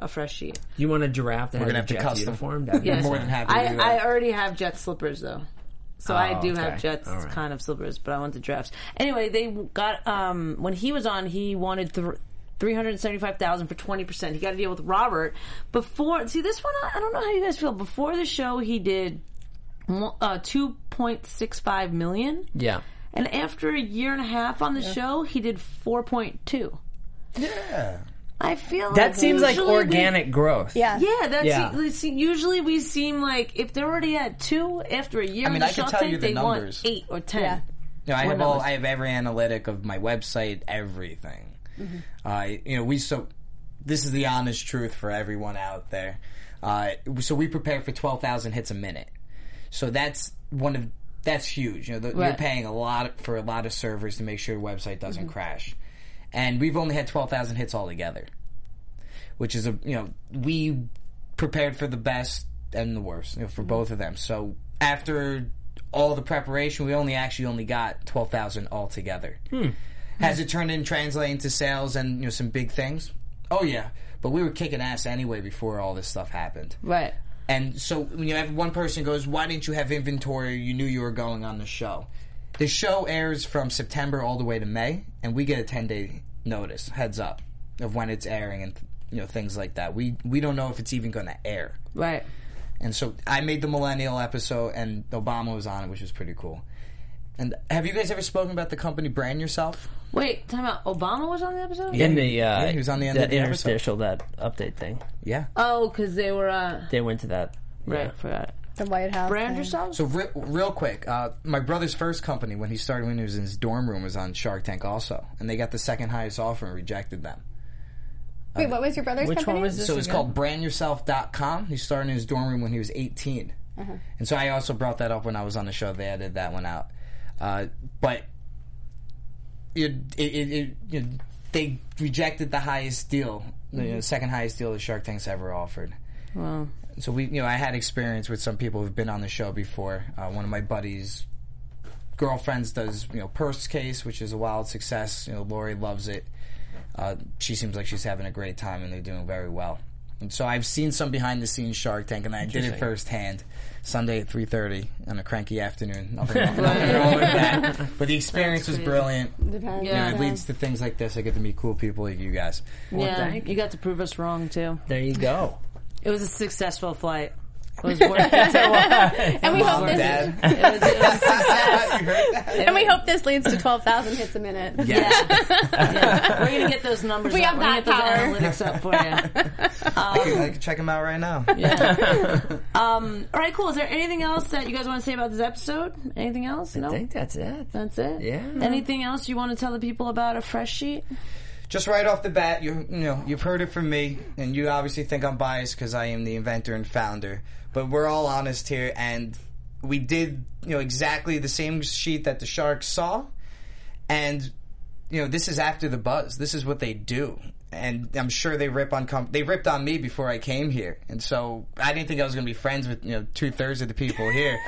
Speaker 2: a fresh sheet.
Speaker 4: You want a giraffe that
Speaker 3: gonna
Speaker 4: has a
Speaker 3: have to
Speaker 4: Jets
Speaker 3: custom.
Speaker 4: uniform? That'd be
Speaker 2: Yes.
Speaker 3: More
Speaker 4: awesome.
Speaker 3: than happy. to
Speaker 2: I,
Speaker 3: do that.
Speaker 2: I already have jet slippers though. So I do
Speaker 4: Oh, okay.
Speaker 2: have Jets
Speaker 4: All right.
Speaker 2: kind of slippers, but I want the drafts. Anyway, they got um when he was on, he wanted th- three hundred seventy five thousand for twenty percent. He got a deal with Robert before. See this one, I- I don't know how you guys feel. Before the show, he did mo- uh, two point six five million,
Speaker 4: Yeah.
Speaker 2: and after a year and a half on the show, he did four point two.
Speaker 3: Yeah.
Speaker 2: I feel
Speaker 4: That seems like
Speaker 2: usually we-
Speaker 4: organic growth.
Speaker 5: Yeah.
Speaker 2: yeah, that's
Speaker 4: Yeah.
Speaker 2: we see- usually we seem like if they're already at two after a year,
Speaker 3: mean,
Speaker 2: in the
Speaker 3: I can
Speaker 2: show,
Speaker 3: tell
Speaker 2: think
Speaker 3: you the
Speaker 2: they
Speaker 3: numbers.
Speaker 2: want eight or ten.
Speaker 5: Yeah.
Speaker 3: No, I have
Speaker 2: numbers.
Speaker 3: all. I have every analytic of my website, everything. Uh, you know, we so this is the honest truth for everyone out there. Uh, so we prepare for twelve thousand hits a minute. So that's one of that's huge. You know, the, you're
Speaker 2: Right.
Speaker 3: paying a lot for a lot of servers to make sure your website doesn't crash, and we've only had twelve thousand hits altogether, which is a you know we prepared for the best and the worst you know, for both of them. So after all the preparation, we only actually only got twelve thousand altogether. Has it turned in translating to sales and you know some big things? Oh yeah, but we were kicking ass anyway before all this stuff happened.
Speaker 2: Right.
Speaker 3: And so when you have one person goes, "Why didn't you have inventory? You knew you were going on the show." The show airs from September all the way to May, and we get a ten day notice, heads up, of when it's airing and you know things like that. We we don't know if it's even going to air.
Speaker 2: Right.
Speaker 3: And so I made the millennial episode, and Obama was on it, which was pretty cool. And have you guys ever spoken about the company brand yourself?
Speaker 2: Wait, time out. Obama was on the episode.
Speaker 4: In the uh,
Speaker 3: Yeah, he was on the end
Speaker 4: that
Speaker 3: of the episode.
Speaker 4: interstitial that update thing.
Speaker 3: Yeah.
Speaker 2: Oh, because they were uh,
Speaker 4: They went to that.
Speaker 2: right. Forgot it.
Speaker 5: The White House.
Speaker 2: Brand
Speaker 5: thing.
Speaker 2: yourselves.
Speaker 3: So re- real quick, uh, my brother's first company when he started when he was in his dorm room was on Shark Tank also, and they got the second highest offer and rejected them.
Speaker 5: Wait, what was your brother's
Speaker 4: Which
Speaker 5: company?
Speaker 4: one was this?
Speaker 3: So it's
Speaker 4: again?
Speaker 3: called brandyourself.com. He started in his dorm room when he was 18.
Speaker 4: Uh-huh.
Speaker 3: And so I also brought that up when I was on the show. They added that one out. Uh, but it, it, it, it, you know, they rejected the highest deal, the
Speaker 4: Mm-hmm.
Speaker 3: you know, second highest deal the Shark Tank's ever offered.
Speaker 2: Wow.
Speaker 3: So we, you know, I had experience with some people who've been on the show before. Uh, one of my buddies' girlfriends does, you know, Purse Case, which is a wild success. You know, Lori loves it. Uh, she seems like she's having a great time, and they're doing very well. And so I've seen some behind the scenes Shark Tank, and I did it firsthand. Sunday at three thirty on a cranky afternoon. Nothing, nothing wrong with that. But the experience was brilliant.
Speaker 5: Depends.
Speaker 3: You know,
Speaker 2: Yeah.
Speaker 3: it leads to things like this. I get to meet cool people like you guys.
Speaker 2: Yeah, you got to prove us wrong too.
Speaker 4: There you go.
Speaker 2: It was a successful flight. It was worth it. It
Speaker 5: And we hope this.
Speaker 3: Dad,
Speaker 2: was- it was-
Speaker 3: you heard that?
Speaker 5: And we hope this leads to twelve thousand hits a minute.
Speaker 2: We're gonna get those numbers.
Speaker 5: We
Speaker 2: up.
Speaker 5: have
Speaker 2: We're
Speaker 5: that
Speaker 2: gonna get those analytics up for you.
Speaker 3: I can, I can check them out right now.
Speaker 2: All right, cool. Is there anything else that you guys want to say about this episode? Anything else? No,
Speaker 4: I think that's it.
Speaker 2: that's it.
Speaker 4: Yeah.
Speaker 2: Anything else you want to tell the people about a fresh sheet?
Speaker 3: just right off the bat, you you know you've heard it from me, and you obviously think I'm biased because I am the inventor and founder. But we're all honest here, and we did you know exactly the same sheet that the sharks saw, and you know this is after the buzz. This is what they do, and I'm sure they rip on com- they ripped on me before I came here, and so I didn't think I was going to be friends with you know two thirds of the people here.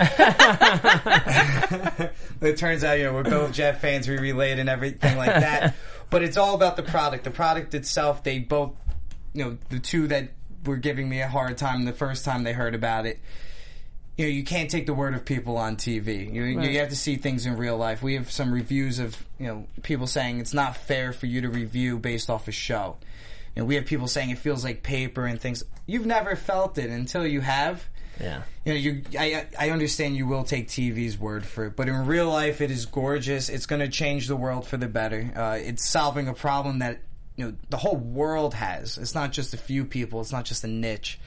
Speaker 3: it turns out, you know, we're both Jet fans, we relate and everything like that. but it's all about the product. The product itself, they both, you know, the two that were giving me a hard time the first time they heard about it. You know, you can't take the word of people on TV. You, you- you have to see things in real life. We have some reviews of, you know, people saying it's not fair for you to review based off a show. You know, we have people saying it feels like paper and things. You've never felt it until you have
Speaker 4: Yeah.
Speaker 3: you know, you I I understand you will take TV's word for it, but in real life, it is gorgeous. It's going to change the world for the better. Uh, it's solving a problem that you know the whole world has. It's not just a few people. It's not just a niche.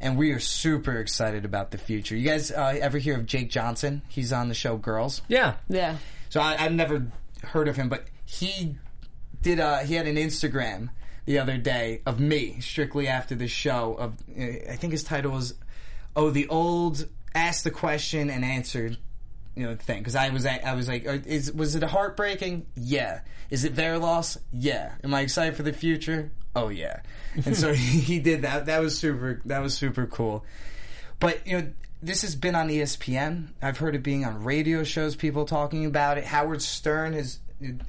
Speaker 3: And we are super excited about the future. You guys uh, ever hear of Jake Johnson? He's on the show Girls.
Speaker 4: Yeah.
Speaker 2: Yeah.
Speaker 3: So I, I've never heard of him, but he did. Uh, he had an Instagram the other day of me, strictly after the show. Of uh, I think his title was "Oh, the old ask the question and answer." You know thing because I was at, I was like, uh, is was it heartbreaking? Yeah. Is it their loss? Yeah. Am I excited for the future? Oh yeah. And so he, he did that. That was super. That was super cool. But you know, this has been on E ESPN. I've heard it being on radio shows. People talking about it. Howard Stern has,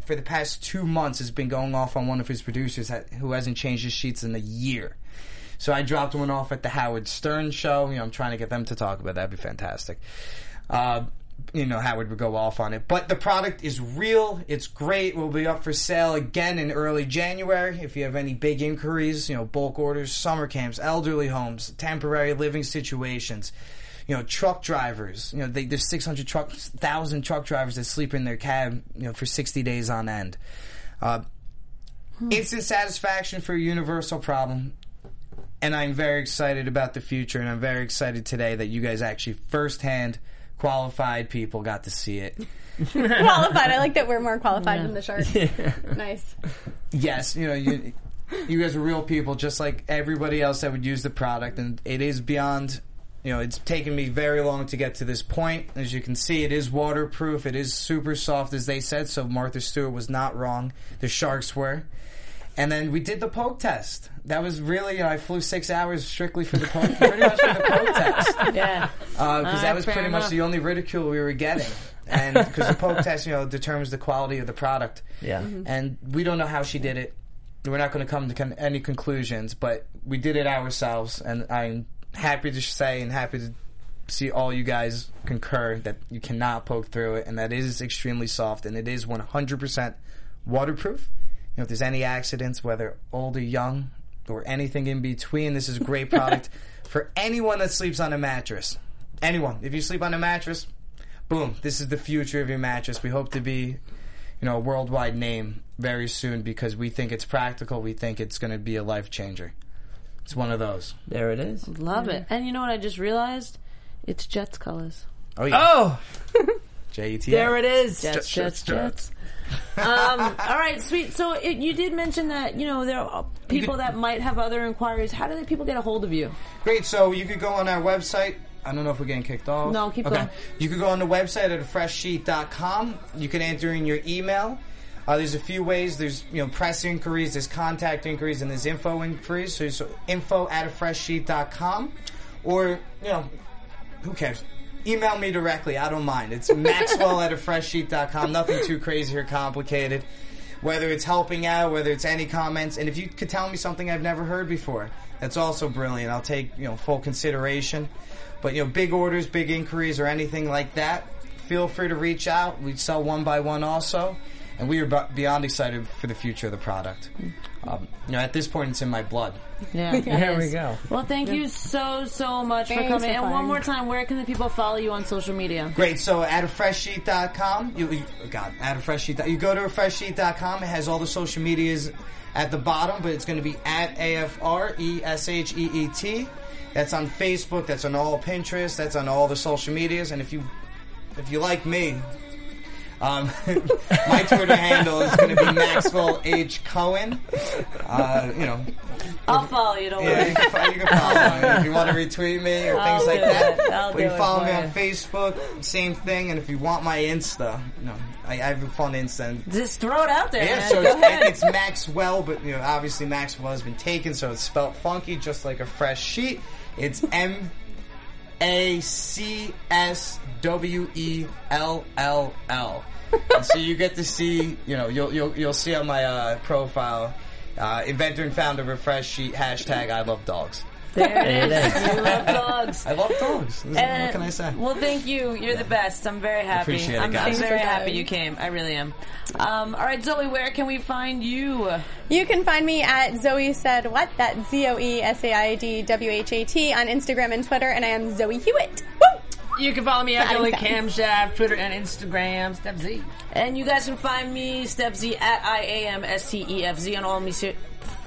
Speaker 3: for the past two months, has been going off on one of his producers that, who hasn't changed his sheets in a year. So I dropped one off at the Howard Stern show. You know, I'm trying to get them to talk about it. that'd be fantastic. Uh, you know, Howard would go off on it, but the product is real. It's great. We'll be up for sale again in early January. If you have any big inquiries, you know, bulk orders, summer camps, elderly homes, temporary living situations. You know, truck drivers. You know, they, there's 600 trucks, thousand truck drivers that sleep in their cab. You know, for 60 days on end. Uh, Instant satisfaction for a universal problem and I'm very excited about the future. And I'm very excited today that you guys actually firsthand qualified people got to see it.
Speaker 5: qualified. I like that we're more qualified than the sharks. Nice.
Speaker 3: Yes, you know you. You guys are real people, just like everybody else that would use the product, and it is beyond. You know, it's taken me very long to get to this point. As you can see, it is waterproof. It is super soft, as they said. So Martha Stewart was not wrong. The sharks were. And then we did the poke test. That was really, you know, I flew six hours strictly for the poke, pretty much for the poke test.
Speaker 2: Yeah. Ah,
Speaker 3: because that was
Speaker 2: fair
Speaker 3: pretty
Speaker 2: enough.
Speaker 3: much the only ridicule we were getting. And because the poke test, you know, determines the quality of the product.
Speaker 4: Yeah.
Speaker 2: Mm-hmm.
Speaker 4: Mhm.
Speaker 3: And we don't know how she did it. We're not going to come to con- any conclusions, but we did it ourselves. And I'm happy to say and happy to see all you guys concur that you cannot poke through it and that it is extremely soft and it is 100% waterproof. You know, if there's any accidents, whether old or young or anything in between, this is a great product for anyone that sleeps on a mattress. Anyone. If you sleep on a mattress, boom, this is the future of your mattress. We hope to be, you know, a worldwide name very soon because we think it's practical. We think it's going to be a life changer. It's one of those.
Speaker 4: There it is.
Speaker 2: Love it. And you know what I just realized? It's Jets colors.
Speaker 3: Oh yeah.
Speaker 4: Oh,
Speaker 3: J E T.
Speaker 4: there it is.
Speaker 2: Jets, Jets, Jets. Um, all right, sweet. So it, you did mention that you know there are people that might have other inquiries. How do the people get a hold of you?
Speaker 3: Great. So you could go on our website. I don't know if we're getting kicked off.
Speaker 2: No, keep
Speaker 3: okay.
Speaker 2: going.
Speaker 3: You could go on the website at freshsheet.com. You can enter in your email. Uh, there's a few ways. There's you know press inquiries, there's contact inquiries, and there's info inquiries. So, so info at freshsheet.com, or you know, who cares? Email me directly. I don't mind. It's Maxwell at freshsheet.com. Nothing too crazy or complicated. Whether it's helping out, whether it's any comments, and if you could tell me something I've never heard before, that's also brilliant. I'll take you know full consideration. But you know, big orders, big inquiries, or anything like that, feel free to reach out. We sell one by one also, and we are bu- beyond excited for the future of the product. Um, you know, at this point, it's in my blood.
Speaker 2: Yeah, it
Speaker 4: There we
Speaker 2: is.
Speaker 4: go.
Speaker 2: Well, thank you so so much
Speaker 5: Thanks
Speaker 2: for coming.
Speaker 5: for
Speaker 2: And
Speaker 5: fun.
Speaker 2: one more time, where can the people follow you on social media?
Speaker 3: Great. So at freshsheet.com, you, you God, at freshsheet. You go to freshsheet.com. It has all the social medias at the bottom, but it's going to be at A F R E S H E E T. That's on Facebook. That's on all Pinterest. That's on all the social medias. And if you if you like me, um, my Twitter handle is going to be Maxwell H Cohen. Uh, you know,
Speaker 2: I'll follow you. Don't
Speaker 3: yeah,
Speaker 2: worry.
Speaker 3: you can, fo- you can follow me if you want to retweet me or
Speaker 2: I'll
Speaker 3: things like
Speaker 2: do
Speaker 3: that.
Speaker 2: it. I'll
Speaker 3: But you
Speaker 2: do it
Speaker 3: follow me
Speaker 2: for
Speaker 3: on
Speaker 2: you.
Speaker 3: Facebook, same thing. And if you want my Insta, no, I, I have a fun Insta. and-
Speaker 2: Just throw it out there.
Speaker 3: Yeah,
Speaker 2: man.
Speaker 3: so
Speaker 2: Go
Speaker 3: it's,
Speaker 2: ahead.
Speaker 3: it's Maxwell, but you know, obviously Maxwell has been taken, so it's spelt funky, just like a fresh sheet. It's M A C S W E L L L. And So you get to see, you know, you'll you'll, you'll see on my uh, profile, uh, inventor and founder of a fresh sheet hashtag I love dogs.
Speaker 2: there it is. You love dogs.
Speaker 3: I love dogs. What
Speaker 2: And-
Speaker 3: can I say?
Speaker 2: Uh, Well, thank you. You're the best. I'm very happy.
Speaker 3: Appreciate it,
Speaker 2: I'm,
Speaker 3: guys.
Speaker 2: I'm very
Speaker 5: for
Speaker 2: happy
Speaker 5: coming.
Speaker 2: you came. I really am. Um, all right, Zoe, where can we find you?
Speaker 5: You can find me at Zoe Said What. That's Z O E S A I D W H A T on Instagram and Twitter, and I am Zoe Hewitt. Woo!
Speaker 4: You can follow me at
Speaker 5: Adding
Speaker 4: Billy
Speaker 5: sounds.
Speaker 4: Camshaft, Twitter and Instagram. Step Z.
Speaker 2: And you guys can find me, Steph Z, at I A M S T E F Z on all media,